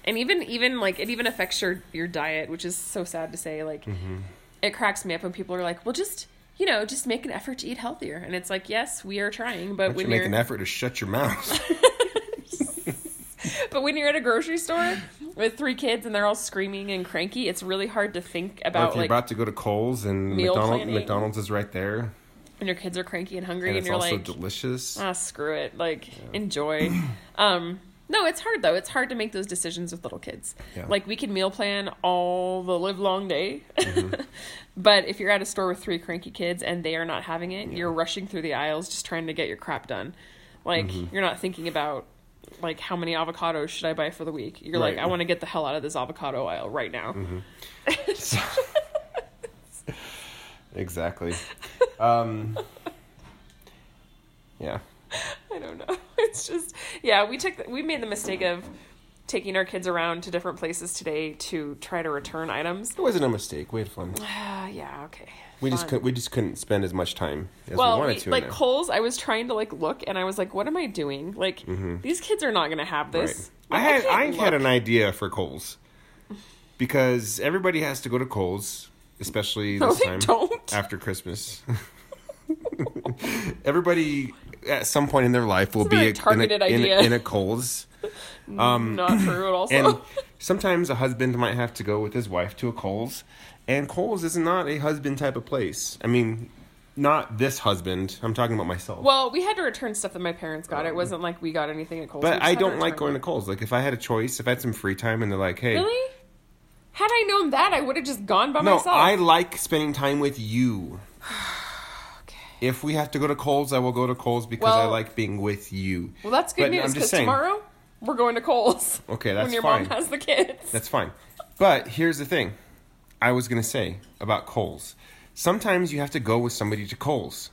and even even like it even affects your your diet which is so sad to say like
Mm-hmm.
it cracks me up when people are like well just you know just make an effort to eat healthier and it's like yes we are trying but
why don't
when
you make
you're
an effort to shut your mouth?
but when you're at a grocery store with three kids and they're all screaming and cranky it's really hard to think
Or
about
if you're
like
about to go to Cole's and
meal
McDonald's,
planning.
McDonald's is right there,
when your kids are cranky and hungry
and
and,
it's
you're
also
like
delicious.
ah screw it like enjoy um no it's hard though it's hard to make those decisions with little kids
Yeah.
like we can meal plan all the live long day
Mm-hmm.
but if you're at a store with three cranky kids and they are not having it you're rushing through the aisles just trying to get your crap done like
Mm-hmm.
you're not thinking about like how many avocados should i buy for the week you're like
Right.
i want to get the hell out of this avocado aisle right now
Exactly. Um, yeah.
I don't know. It's just yeah, we took we made the mistake of taking our kids around to different places today to try to return items.
It wasn't a mistake. We had fun.
Uh, yeah, okay.
We just
Fun.
could, we just couldn't spend as much time as we
well,
wanted
we-
to. in
like
there.
Cole's, I was trying to like look, and I was like, "What am I doing? Like, these kids are not gonna have
Mm-hmm. Right.
this."
I
Like,
had I
can't
had
look.
an idea for Cole's because everybody has to go to Cole's, especially
No,
this
they
time
don't.
after Christmas. everybody at some point in their life will
Isn't that a
be a- in,
targeted
a, in,
idea? Oh.
a, in a Cole's,
not true at all.
and
so-
sometimes a husband might have to go with his wife to a Cole's, and Cole's is not a husband type of place. I mean, not this husband. I'm talking about myself.
well, we had to return stuff that my parents got. It wasn't like we got anything at Cole's.
but I don't like going to Cole's. Like if I had a choice, if I had some free time, and they're like, "Hey,
Really? Had I known that, I would have just gone by
No,
myself.
I like spending time with you. If we have to go to Cole's, I will go to Cole's because I
Well-
like being with you.
Well, that's good
But
news
I'm just
because
saying-
tomorrow we're going to Cole's.
Okay,
when
that's
your
fine.
mom has the kids.
That's fine. But here's the thing I was going to say about Cole's. Sometimes you have to go with somebody to Cole's,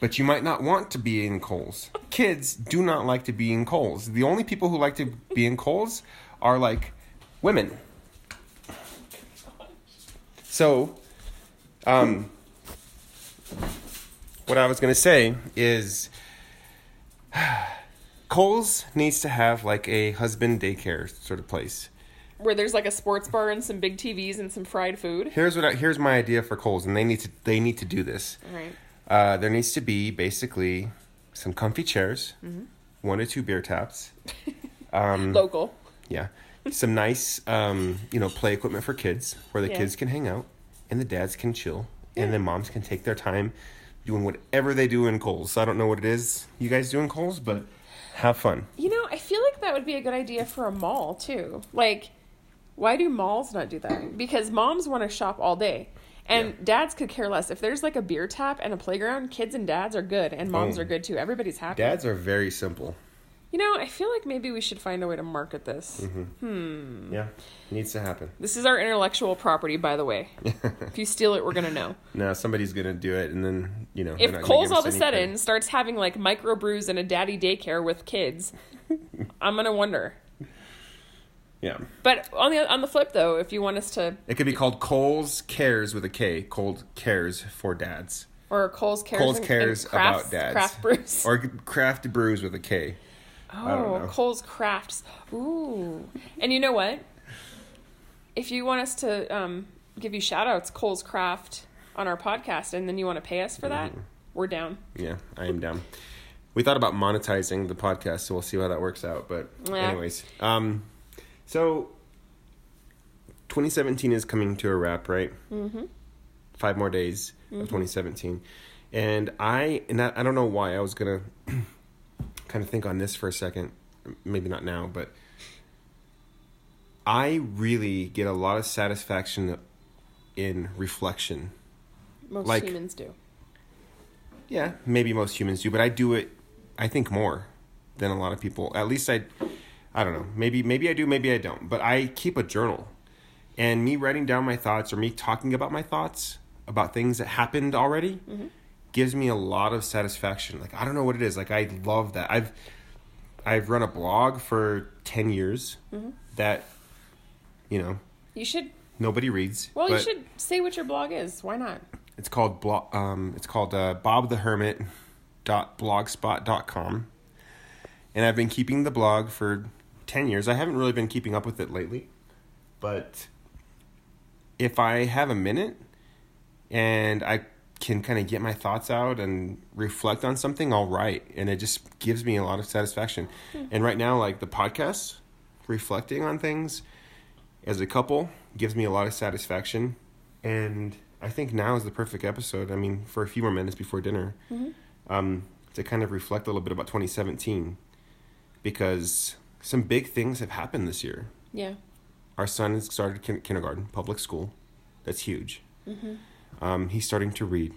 but you might not want to be in Cole's. Kids do not like to be in Cole's. The only people who like to be in Cole's are like women. So, um, what I was going to say is Coles needs to have like a husband daycare sort of place.
Where there's like a sports bar and some big TVs and some fried food.
Here's what I, here's my idea for Coles, and they need to they need to do this.
All right.
Uh, there needs to be basically some comfy chairs,
Mm-hmm.
one or two beer taps, Mm.
Local.
yeah, some nice um, you know play equipment for kids where the
Yeah.
kids can hang out and the dads can chill and the moms can take their time doing whatever they do in Coles. I don't know what it is you guys do in Coles, but have fun.
You know, I feel like that would be a good idea for a mall too. Like, why do malls not do that? Because moms want to shop all day. And dads could care less. If there's like a beer tap and a playground, kids and dads are good and moms
Boom.
are good too. Everybody's happy.
Dads are very simple.
You know, I feel like maybe we should find a way to market this.
Mm-hmm.
Mm.
Yeah, needs to happen.
This is our intellectual property, by the way. if you steal it, we're going to know.
Now somebody's gonna do it, and then you know. they're
If
not gonna
Cole's
give
all
us
of a
any
sudden
credit.
starts having like microbrews and a daddy daycare with kids, I'm going to wonder.
yeah,
But on the on the flip though, if you want us to
it could be called Cole's Cares with a K. Cold Cares for Dads,
or Cole's cares,
Cole's
and- and
Cares
crafts,
about dads.
craft brews,
or Craft Brews with a K. don't
oh
know.
Cole's crafts. Ooh, and you know what? If you want us to um, give you shout outs, Cole's craft on our podcast, and then you want to pay us for that,
Mm.
we're down.
Yeah, I am down. We thought about monetizing the podcast, so we'll see how that works out. But
Yeah.
anyways, um, so 2017 is coming to a wrap, right? Mm-hmm. Five more days of 2017, and I and I, I don't know why I was gonna kind of think on this for a second. Maybe not now, but I really get a lot of satisfaction in reflection.
Most
Like-
humans do.
Yeah, maybe most humans do, but I do it. I think more than a lot of people. At least I, I don't know. Maybe maybe I do, maybe I don't. But I keep a journal, and me writing down my thoughts or me talking about my thoughts about things that happened already
Mm-hmm.
gives me a lot of satisfaction. Like I don't know what it is. Like I love that. I've I've run a blog for ten years
Mm-hmm.
that you know
You should.
nobody reads.
Well, you
but
should say what your blog is. Why not?
It's called blog. Um, it's called uh, Bob the Hermit. Dot blogspot.com and I've been keeping the blog for 10 years. I haven't really been keeping up with it lately, but if I have a minute and I can kind of get my thoughts out and reflect on something, I'll write. And it just gives me a lot of satisfaction. And right now, like the podcast, reflecting on things as a couple gives me a lot of satisfaction. And I think now is the perfect episode. I mean, for a few more minutes before dinner,
Mm-hmm.
um, to kind of reflect a little bit about 2017 because some big things have happened this year.
Yeah.
Our son has started kin- kindergarten, public school. That's huge.
Mm-hmm.
Um, he's starting to read.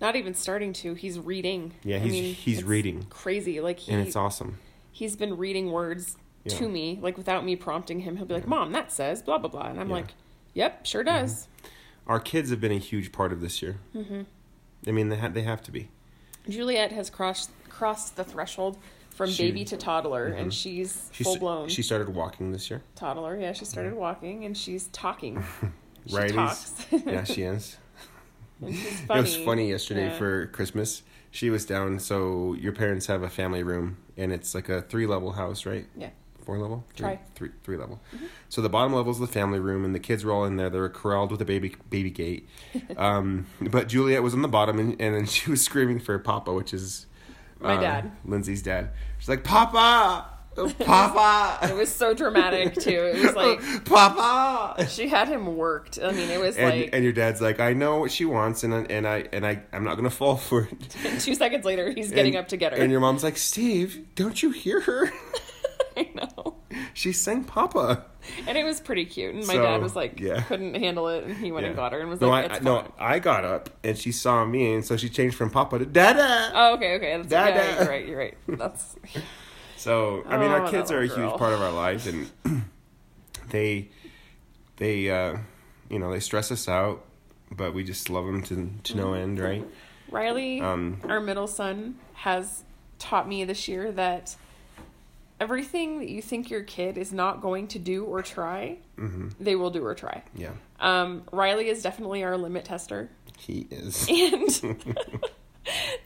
Not even starting to. He's reading.
Yeah, he's- he's
it's
reading.
Crazy. Like he,
And it's awesome.
he's been reading words
Yeah.
to me, like without me prompting him. He'll be like, "Mom, that says blah blah blah," and I'm like, "Yep, sure
Mm-hmm.
does."
Our kids have been a huge part of this year.
Mm-hmm.
I mean, they, ha- they have to be.
Juliet has crossed crossed the threshold from
She- Mm-hmm.
baby to toddler, and she's,
She's,
full blown
She started walking this year.
toddler. Yeah, she started walking and she's talking. She
Righties.
talks.
yeah, she is.
and she's
It was funny yesterday
Yeah.
for Christmas. She was down. So your parents have a family room, and it's like a three level house, right?
Yeah.
Four level?
Try. Mm-hmm.
Three, three, three level. So the bottom level is the family room, and the kids were all in there. They were corralled with a baby baby gate. Um, but Juliet was on the bottom, and, and then she was screaming for Papa, which is uh,
My dad.
Lindsay's dad. She's like, Papa! Oh, Papa!
It was so dramatic too. It was like
Papa!
she had him worked. I mean, it was
And,
like
and your dad's like, I know what she wants, and I- and I and I I'm not gonna fall for it.
two seconds later, he's getting
And-
up to get her.
And your mom's like, Steve, don't you hear her?
I know.
she sang Papa.
And it was pretty cute. And my
So,
dad was like,
yeah.
couldn't handle it, and he went and
Yeah.
got her and was
no,
like,
I,
"It's
I- no,
fine."
I got up and she saw me, and so she changed from Papa to Dada.
Oh, okay, okay. That's,
Dada.
yeah, you're right. You're right. That's
So I mean,
Oh,
our
that
kids are a
little girl.
huge part of our lives, and they, they, uh, you know, they stress us out, but we just love them to to no
Mm-hmm.
end, right?
Riley,
Um,
our middle son, has taught me this year that everything that you think your kid is not going to do or try,
Mm-hmm.
they will do or try.
Yeah,
Um, Riley is definitely our limit tester,
he is.
and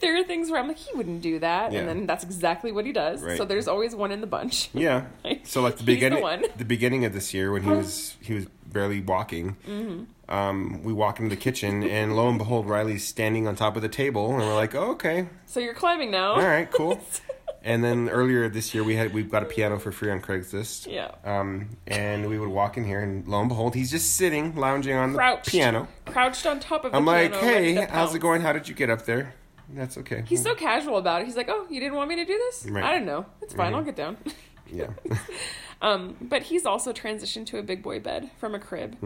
there are things where I'm like, he wouldn't do that,
Yeah.
and then that's exactly what he does.
Right.
So there's always one in the bunch.
Yeah.
Like,
So like the
he's the
beginning,
one.
the, beginning of this year when he was he was barely walking,
Mm-hmm.
um, we walk into the kitchen and lo and behold, Riley's standing on top of the table, and we're like, oh, okay,
So you're climbing now.
all right, cool. and then earlier this year, we had we got a piano for free on Craigslist.
Yeah.
Um, and we would walk in here, and lo and behold, he's just sitting, lounging on the
Crouched.
piano.
Crouched on top of.
I'm
the
like,
piano, ready
hey,
to
how's it
pounce."
going? How did you get up there? That's okay.
He's so casual about it. He's like, "Oh, you didn't want me to do this?
Right.
I don't know. It's fine. I'll get down."
yeah.
Um, but he's also transitioned to a big boy bed from a crib,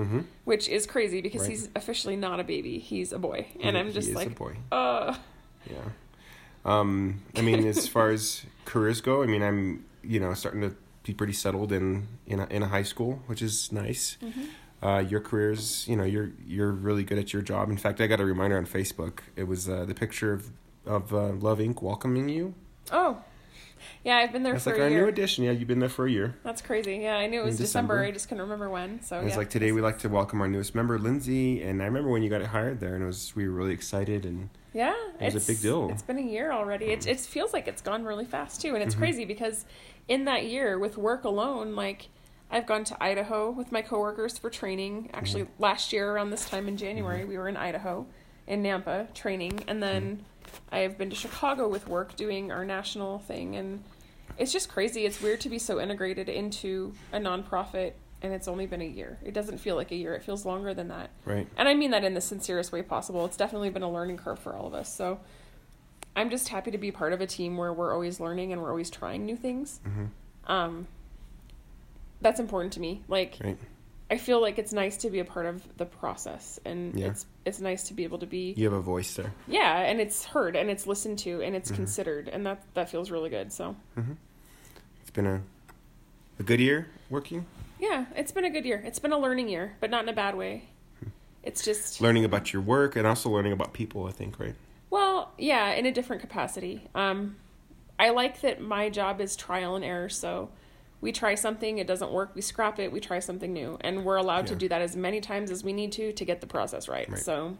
which is crazy because
Mm-hmm. Right.
he's officially not a baby. He's a boy, and
He-
I'm just
he is a
like,
boy.
uh,
Yeah. Um, I mean, as far as careers go, I mean, I'm you know starting to be pretty settled in in a, in a high school, which is nice.
Mm-hmm.
Uh, your careers, you know, you're you're really good at your job. In fact, I got a reminder on Facebook. It was uh, the picture of of uh, Love Inc. welcoming you.
oh, yeah, I've been there
That's
for
like
a
our
year.
new addition. Yeah, you've been there for a year.
That's crazy. Yeah, I knew it was December.
December.
I just couldn't remember when. So
And it's
Oh, yeah.
like today we like to welcome our newest member, Lindsay. And I remember when you got hired there, and it was we were really excited. And
Yeah,
was a big deal.
It's been a year already. It it feels like it's gone really fast too, and
Mm-hmm.
it's crazy because in that year with work alone, like I've gone to Idaho with my coworkers for training. Actually,
Mm-hmm.
last year around this time in January, we were in Idaho in Nampa training,
Mm-hmm.
and then I have been to Chicago with work doing our national thing, and it's just crazy. It's weird to be so integrated into a nonprofit. And it's only been a year. It doesn't feel like a year. It feels longer than that.
right,
And I mean that in the sincerest way possible. It's definitely been a learning curve for all of us. So I'm just happy to be part of a team where we're always learning and we're always trying new things.
Mm-hmm.
Um, that's important to me. Like
right,
I feel like it's nice to be a part of the process, and
Yeah.
it's it's nice to be able to be
you have a voice there.
yeah, and it's heard and it's listened to and
Mm-hmm.
it's considered, and that that feels really good. So
It's been a a good year working.
yeah, it's been a good year. It's been a learning year, but not in a bad way. It's just
Hmm. learning about your work and also learning about people i think right
Well, yeah, in a different capacity. Um, I like that my job is trial and error, so we try something, it doesn't work, we scrap it, we try something new, and we're allowed to
Yeah.
do that as many times as we need to to get the process right.
Right.
So,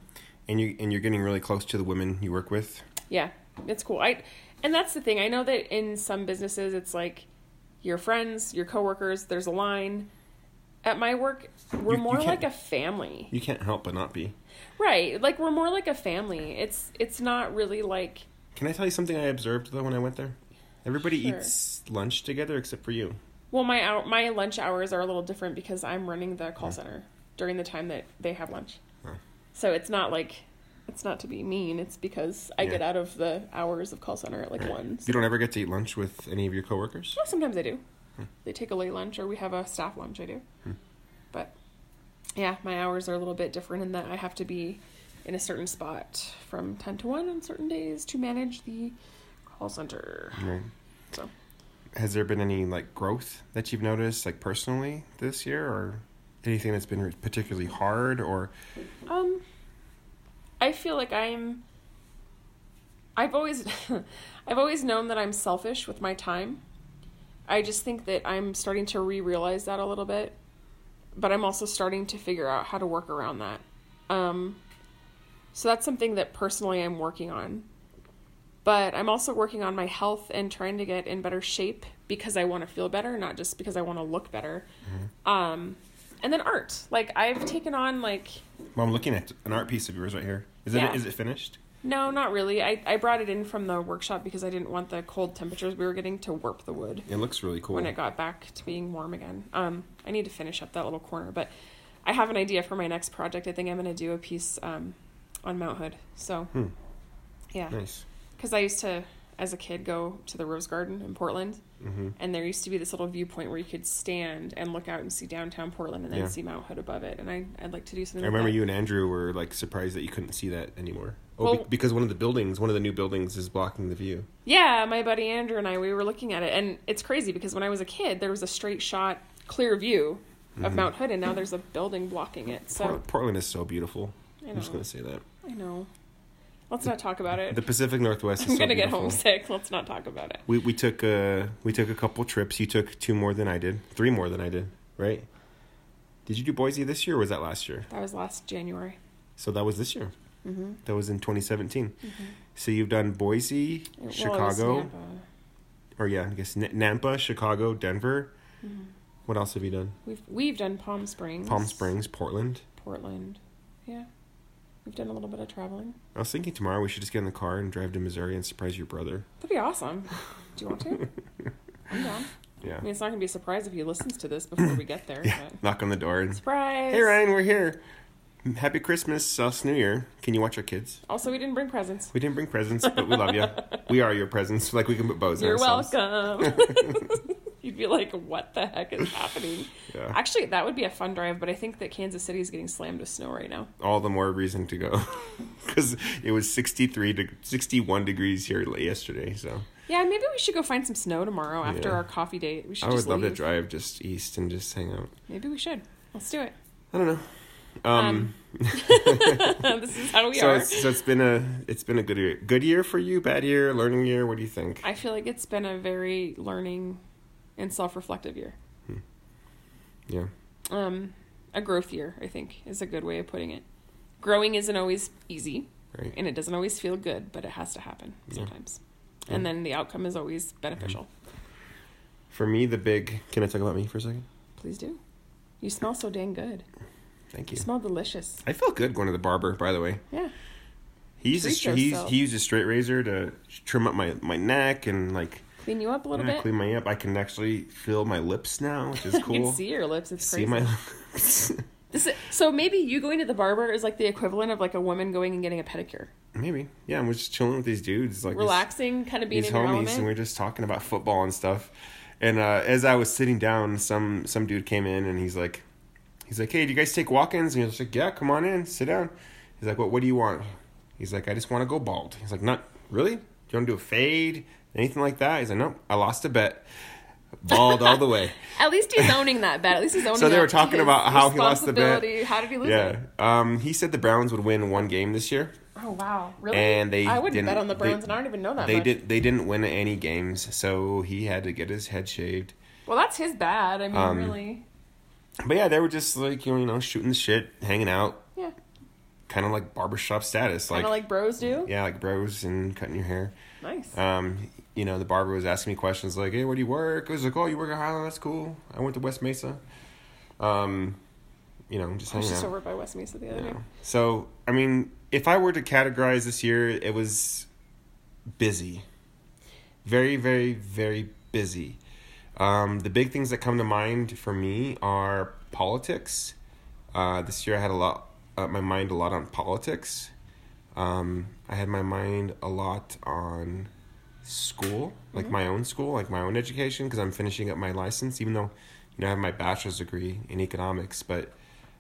and you and you're getting really close to the women you work with
yeah, it's cool. I and that's the thing. I know that in some businesses it's like your friends, your coworkers, there's a line. At my work, we're
You- you
more like
can't-
a family.
you can't help but not be
Right. Like we're more like a family. It's it's not really like
can i tell you something i observed though when i went there everybody
Sure.
eats lunch together except for you
Well, my hour, my lunch hours are a little different because I'm running the call center during the time that they have lunch.
Oh.
So it's not like it's not to be mean. It's because I
Yeah.
get out of the hours of call center at like one.
you
So,
don't ever get to eat lunch with any of your coworkers
Well, sometimes I do.
Hmm.
They take a late lunch, or we have a staff lunch. I do, but yeah, my hours are a little bit different in that I have to be in a certain spot from ten to one on certain days to manage the call center.
right
So.
has there been any like growth that you've noticed like personally this year or anything that's been particularly hard or
Um, I feel like I'm. I've always, I've always known that I'm selfish with my time. I just think that I'm starting to re-realize that a little bit, but I'm also starting to figure out how to work around that. Um, so that's something that personally I'm working on. But I'm also working on my health and trying to get in better shape because I want to feel better, not just because I want to look better. Um, and then art. Like I've taken on like
well, i'm looking at an art piece of yours right here is it
Yeah.
is it finished
No, not really. I, I brought it in from the workshop because I didn't want the cold temperatures we were getting to warp the wood
it looks really cool
when it got back to being warm again. Um, I need to finish up that little corner, but I have an idea for my next project. I think I'm going to do a piece um, on Mount Hood. So, yeah
Hmm. nice
because I used to, as a kid, go to the Rose Garden in Portland,
Mm-hmm.
and there used to be this little viewpoint where you could stand and look out and see downtown Portland, and then
Yeah.
see Mount Hood above it. And I, I'd like to do something.
I
like
remember
that.
you and Andrew were like surprised that you couldn't see that anymore. Oh, be-
Well-
because one of the buildings, one of the new buildings, is blocking the view.
Yeah, my buddy Andrew and I, we were looking at it, and it's crazy because when I was a kid, there was a straight shot, clear view of
Mm-hmm.
Mount Hood, and now there's a building blocking it. So
Port- Portland is so beautiful.
I
I'm just
know.
gonna say that
I know. Let's not talk about it.
the Pacific Northwest is
I'm
so
gonna get
beautiful.
homesick. Let's not talk about it.
We we took a we took a couple trips. You took two more than I did, three more than I did, right? Did you do Boise this year or was that last year?
That was last January.
So that was this year.
Mm-hmm.
That was in 2017. So you've done Boise, Chicago, or yeah, I guess N- Nampa, Chicago, Denver.
Mm-hmm.
What else have you done?
We've we've done Palm Springs.
Palm Springs, Portland.
Portland. Yeah. We've done a little bit of traveling.
I was thinking tomorrow we should just get in the car and drive to Missouri and surprise your brother.
That'd be awesome. Do you want to? I'm down.
Yeah.
I mean, it's not gonna be a surprise if he listens to this before we get there.
Yeah.
But.
Knock on the door and
Surprise!
Hey Ryan, we're here. Happy Christmas, us New Year. Can you watch our kids?
Also, we didn't bring presents.
We didn't bring presents, but we love you. We are your presents. Like we can put bows. in
You're
ourselves.
welcome. You'd be like, what the heck is happening?
Yeah.
Actually, that would be a fun drive, but I think that Kansas City is getting slammed with snow right now.
All the more reason to go because it was 63 to 61 degrees here l- yesterday. So
Yeah, maybe we should go find some snow tomorrow after
Yeah.
our coffee date. We should
I would
just
love to
leave.
drive just east and just hang out.
Maybe we should. Let's do it.
I don't know. Um,
this is how we
so
are.
it's, so it's been a it's been a good year. Good year for you. Bad year. Learning year. What do you think?
I feel like it's been a very learning and self-reflective year.
yeah.
Um, a growth year, I think, is a good way of putting it. Growing isn't always easy,
Right.
and it doesn't always feel good, but it has to happen sometimes. And then the outcome is always beneficial.
Mm-hmm. For me, the big. Can I talk about me for a second?
Please do. You smell so dang good.
Thank
You
you.
smell delicious.
I felt good going to the barber. By the way.
Yeah.
He used, a,
Treat
str- he,
yourself.
he used a straight razor to trim up my, my neck and like
Clean you up a little
yeah,
bit.
clean my up. I can actually feel my lips now, which is cool.
You can see your lips. It's
See
crazy.
my lips.
This is, so maybe you going to the barber is like the equivalent of like a woman going and getting a pedicure.
Maybe yeah. I'm just chilling with these dudes, like these-
Relaxing, kind of being
these
in your
homies, and we
element.
we're just talking about football and stuff. And uh, as I was sitting down, some some dude came in and he's like, he's like, hey, do you guys take walk-ins? And he was like, yeah, come on in, sit down. He's like, what what do you want? He's like, I just want to go bald. He's like, not really. Do you want to do a fade? Anything like that? He's like, nope. I lost a bet. Bald all the way.
At least he's owning that bet. At least he's owning.
So they were
up to
talking
his
about how he lost the bet.
responsibility. How did he lose
Yeah.
it?
Um, he said the Browns would win one game this year.
Oh wow, really?
And they
I wouldn't
didn't-
bet on the
they-
Browns, and I don't even know that.
They
much.
did. They didn't win any games, so he had to get his head shaved.
Well, that's his bad. I mean,
Um,
really.
But yeah, they were just like you know shooting the shit, hanging out,
Yeah.
kind of like barbershop status, like,
Kind of like bros do.
yeah, like bros and cutting your hair.
Nice.
Um, you know, the barber was asking me questions like, "Hey, where do you work?" I was like, "Oh, you work at Highland. That's cool. I went to West Mesa." Um, you know, just
I was
hanging
just
out.
over by West Mesa the other day.
So, I mean, if I were to categorize this year, it was busy. Very, very, very busy. Um, the big things that come to mind for me are politics. Uh, this year I had a lot, uh, my mind a lot on politics. Um, I had my mind a lot on school, like my own school, like my own education, because I'm finishing up my license, even though you know I have my bachelor's degree in economics, but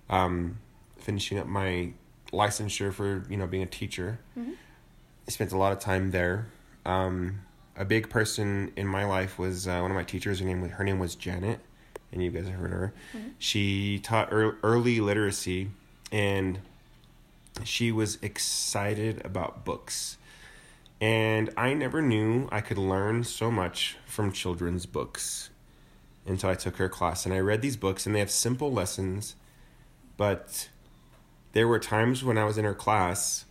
um, finishing up my licensure for you know being a teacher. I spent a lot of time there. Um, a big person in my life was uh, one of my teachers. Her name was, her name was Janet, and you guys have heard of her. She taught ear- early literacy, and she was excited about books. And I never knew I could learn so much from children's books until I took her class. And I read these books, and they have simple lessons, but there were times when I was in her class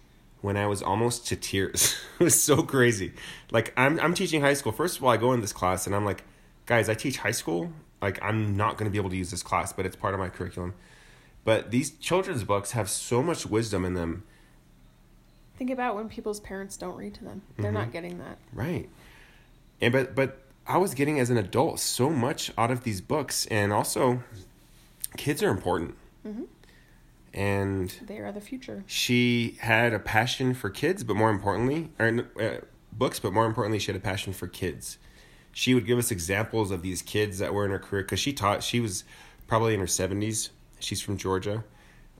when I was almost to tears. it was so crazy. Like I'm I'm teaching high school. First of all, I go in this class and I'm like, guys, I teach high school. Like I'm not going to be able to use this class, but it's part of my curriculum. But these children's books have so much wisdom in them.
Think about when people's parents don't read to them. They're
Mm-hmm.
not getting that.
Right. And but but I was getting as an adult so much out of these books and also kids are important. And
They are the future.
she had a passion for kids, but more importantly, or uh, books, but more importantly, she had a passion for kids. She would give us examples of these kids that were in her career because she taught. She was probably in her seventies. She's from Georgia,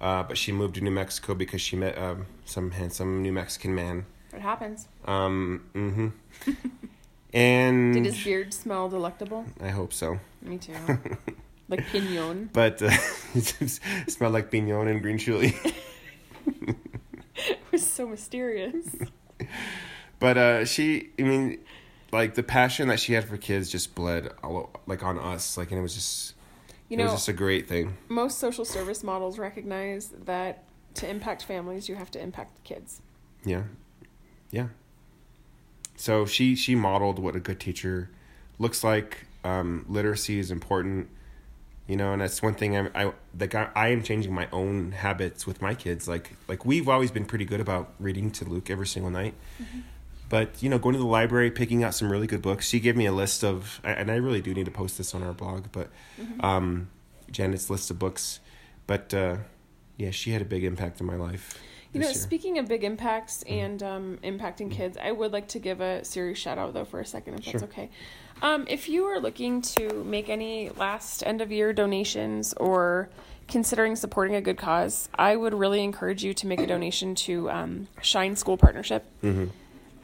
uh, but she moved to New Mexico because she met um, some handsome New Mexican man.
It happens.
Um, hmm and
Did his beard smell delectable?
I hope so.
Me too. like pinon.
But uh, it smelled like pinon and green chili.
It was so mysterious.
but uh she i mean like the passion that she had for kids just bled all like on us like and it was just
You
it
know,
was just a great thing
most social service models recognize that to impact families, you have to impact the kids.
Yeah. Yeah. So she she modeled what a good teacher looks like. Um, literacy is important, you know, and that's one thing I'm, I like. I, I am changing my own habits with my kids. Like like we've always been pretty good about reading to Luke every single night,
Mm-hmm.
but you know, going to the library, picking out some really good books. She gave me a list of, and I really do need to post this on our blog, but
Mm-hmm.
um, Janet's list of books. But uh, yeah, she had a big impact in my life.
You know,
this year. Mm-hmm.
speaking of big impacts and um, impacting kids, I would like to give a serious shout out though for a second, if that's
Sure.
okay. Um, if you are looking to make any last end of year donations or considering supporting a good cause, I would really encourage you to make a donation to um, Shine School Partnership.
Mm-hmm.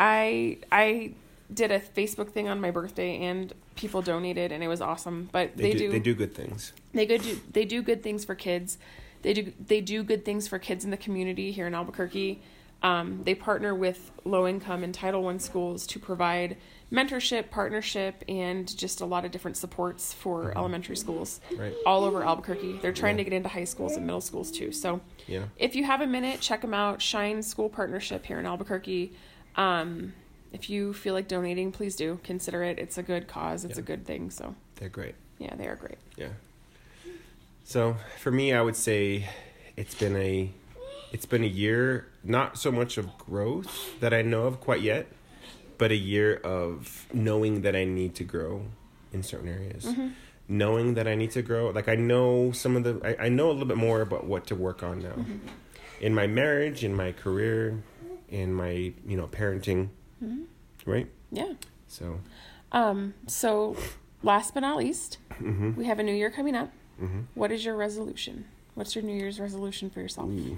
I I did a Facebook thing on my birthday and people donated and it was awesome. But
they, do, they do good things.
they good do they do good things for kids. They do they do good things for kids in the community here in Albuquerque. Um, they partner with low income and Title I schools to provide mentorship, partnership, and just a lot of different supports for elementary schools
Mm-hmm. Right.
all over Albuquerque. They're trying
Yeah.
to get into high schools and middle schools too. So
Yeah.
if you have a minute, check them out. Shine School Partnership here in Albuquerque. Um, if you feel like donating, please do consider it. It's a good cause. It's a
Yeah.
good thing. So
They're great.
yeah, they are great.
Yeah. So for me, I would say it's been a it's been a year not so much of growth that I know of quite yet, but a year of knowing that I need to grow in certain areas. Knowing that I need to grow, like I know some of the, I, I know a little bit more about what to work on now, in my marriage, in my career, in my you know parenting, Mm-hmm. right?
Yeah.
So
Um, so, last but not least,
Mm-hmm.
we have a new year coming up. What is your resolution? What's your New Year's resolution for yourself?
Ooh.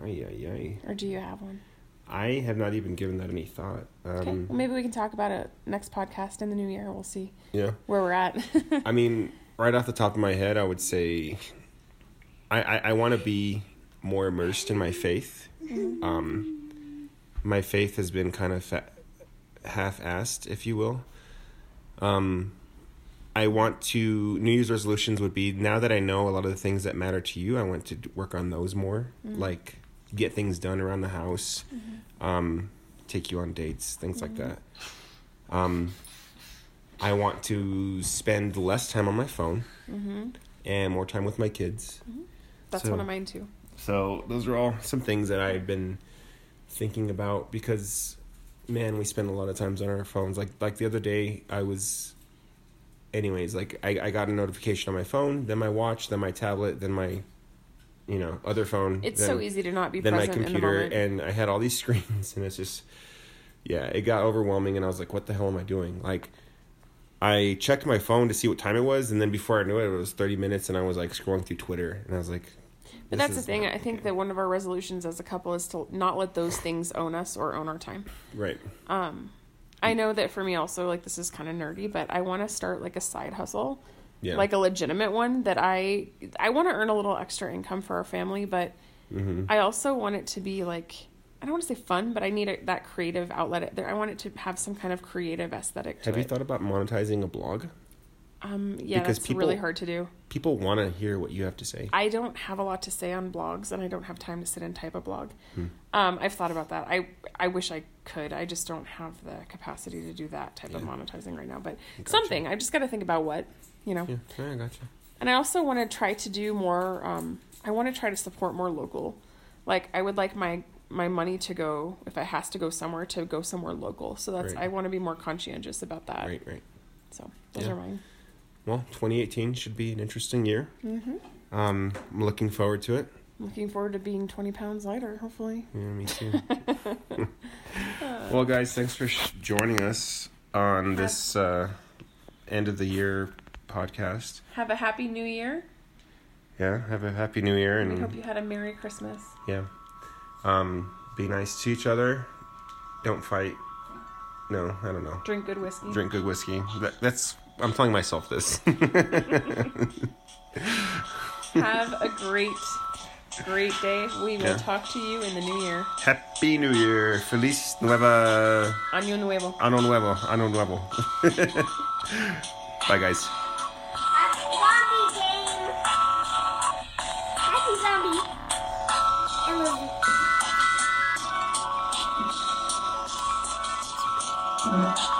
Ay, ay, ay.
Or do you have one?
I have not even given that any thought. Um,
Okay. well, maybe we can talk about it next podcast in the new year. We'll see
Yeah.
where we're at.
I mean, right off the top of my head, I would say I, I, I want to be more immersed in my faith. Um, my faith has been kind of fa- half assed, if you will. Um, I want to, New Year's resolutions would be now that I know a lot of the things that matter to you, I want to d- work on those more. Like, get things done around the house, um, take you on dates, things like that. Um, I want to spend less time on my phone
Mm-hmm.
and more time with my kids.
That's
So-
one of mine too.
So those are all some things that I've been thinking about because man, we spend a lot of times on our phones. Like like the other day I was anyways, like I, I got a notification on my phone, then my watch, then my tablet, then my you know, other phone.
It's
then-
so easy to not be
then my
present in the
computer
moment.
and I had all these screens and it's just yeah, it got overwhelming and I was like, what the hell am I doing? Like I checked my phone to see what time it was and then before I knew it it was 30 minutes and I was like scrolling through Twitter and I was like
but
this
that's the
is
thing.
not
I think
okay.
that one of our resolutions as a couple is to not let those things own us or own our time.
right.
I know that for me also, like this is kind of nerdy, but I want to start like a side hustle,
Yeah.
like a legitimate one that I I want to earn a little extra income for our family, but
Mm-hmm.
I also want it to be like I don't want to say fun, but I need a, that creative outlet. There, I want it to have some kind of creative aesthetic. To
Have you
it.
thought about monetizing a blog?
Um, yeah,
because
that's
people-
really hard to do.
People want to hear what you have to say.
I don't have a lot to say on blogs, and I don't have time to sit and type a blog.
Hmm.
Um, I've thought about that. I I wish I could. I just don't have the capacity to do that type of
Yeah.
monetizing right now. But
Gotcha.
something. I just got to think about what you know.
yeah, I gotcha.
And I also want to try to do more. Um, I want to try to support more local. Like I would like my my money to go if it has to go somewhere to go somewhere local. So that's
Right.
I want to be more conscientious about that.
Right, right.
So those
Yeah.
are mine.
Well, 2018 should be an interesting year. Mm-hmm. Um, I'm looking forward to it.
Looking forward to being twenty pounds lighter. Hopefully.
Yeah, me too. well, guys, thanks for sh- joining us on this uh, end of the year podcast.
Have a happy new year.
Yeah, have a happy new year
We hope
and
you had a merry Christmas.
yeah, um, be nice to each other. Don't fight. No, I don't know.
Drink good whiskey.
Drink good whiskey. That, that's I'm telling myself this.
Have a great, great day. We will
Yeah.
talk to you in the new year.
Happy New Year. Feliz Nueva
Año nuevo.
Ano Nuevo. Ano Nuevo. Bye guys.
Happy zombie game. Happy zombie.
Thank you.
Oh.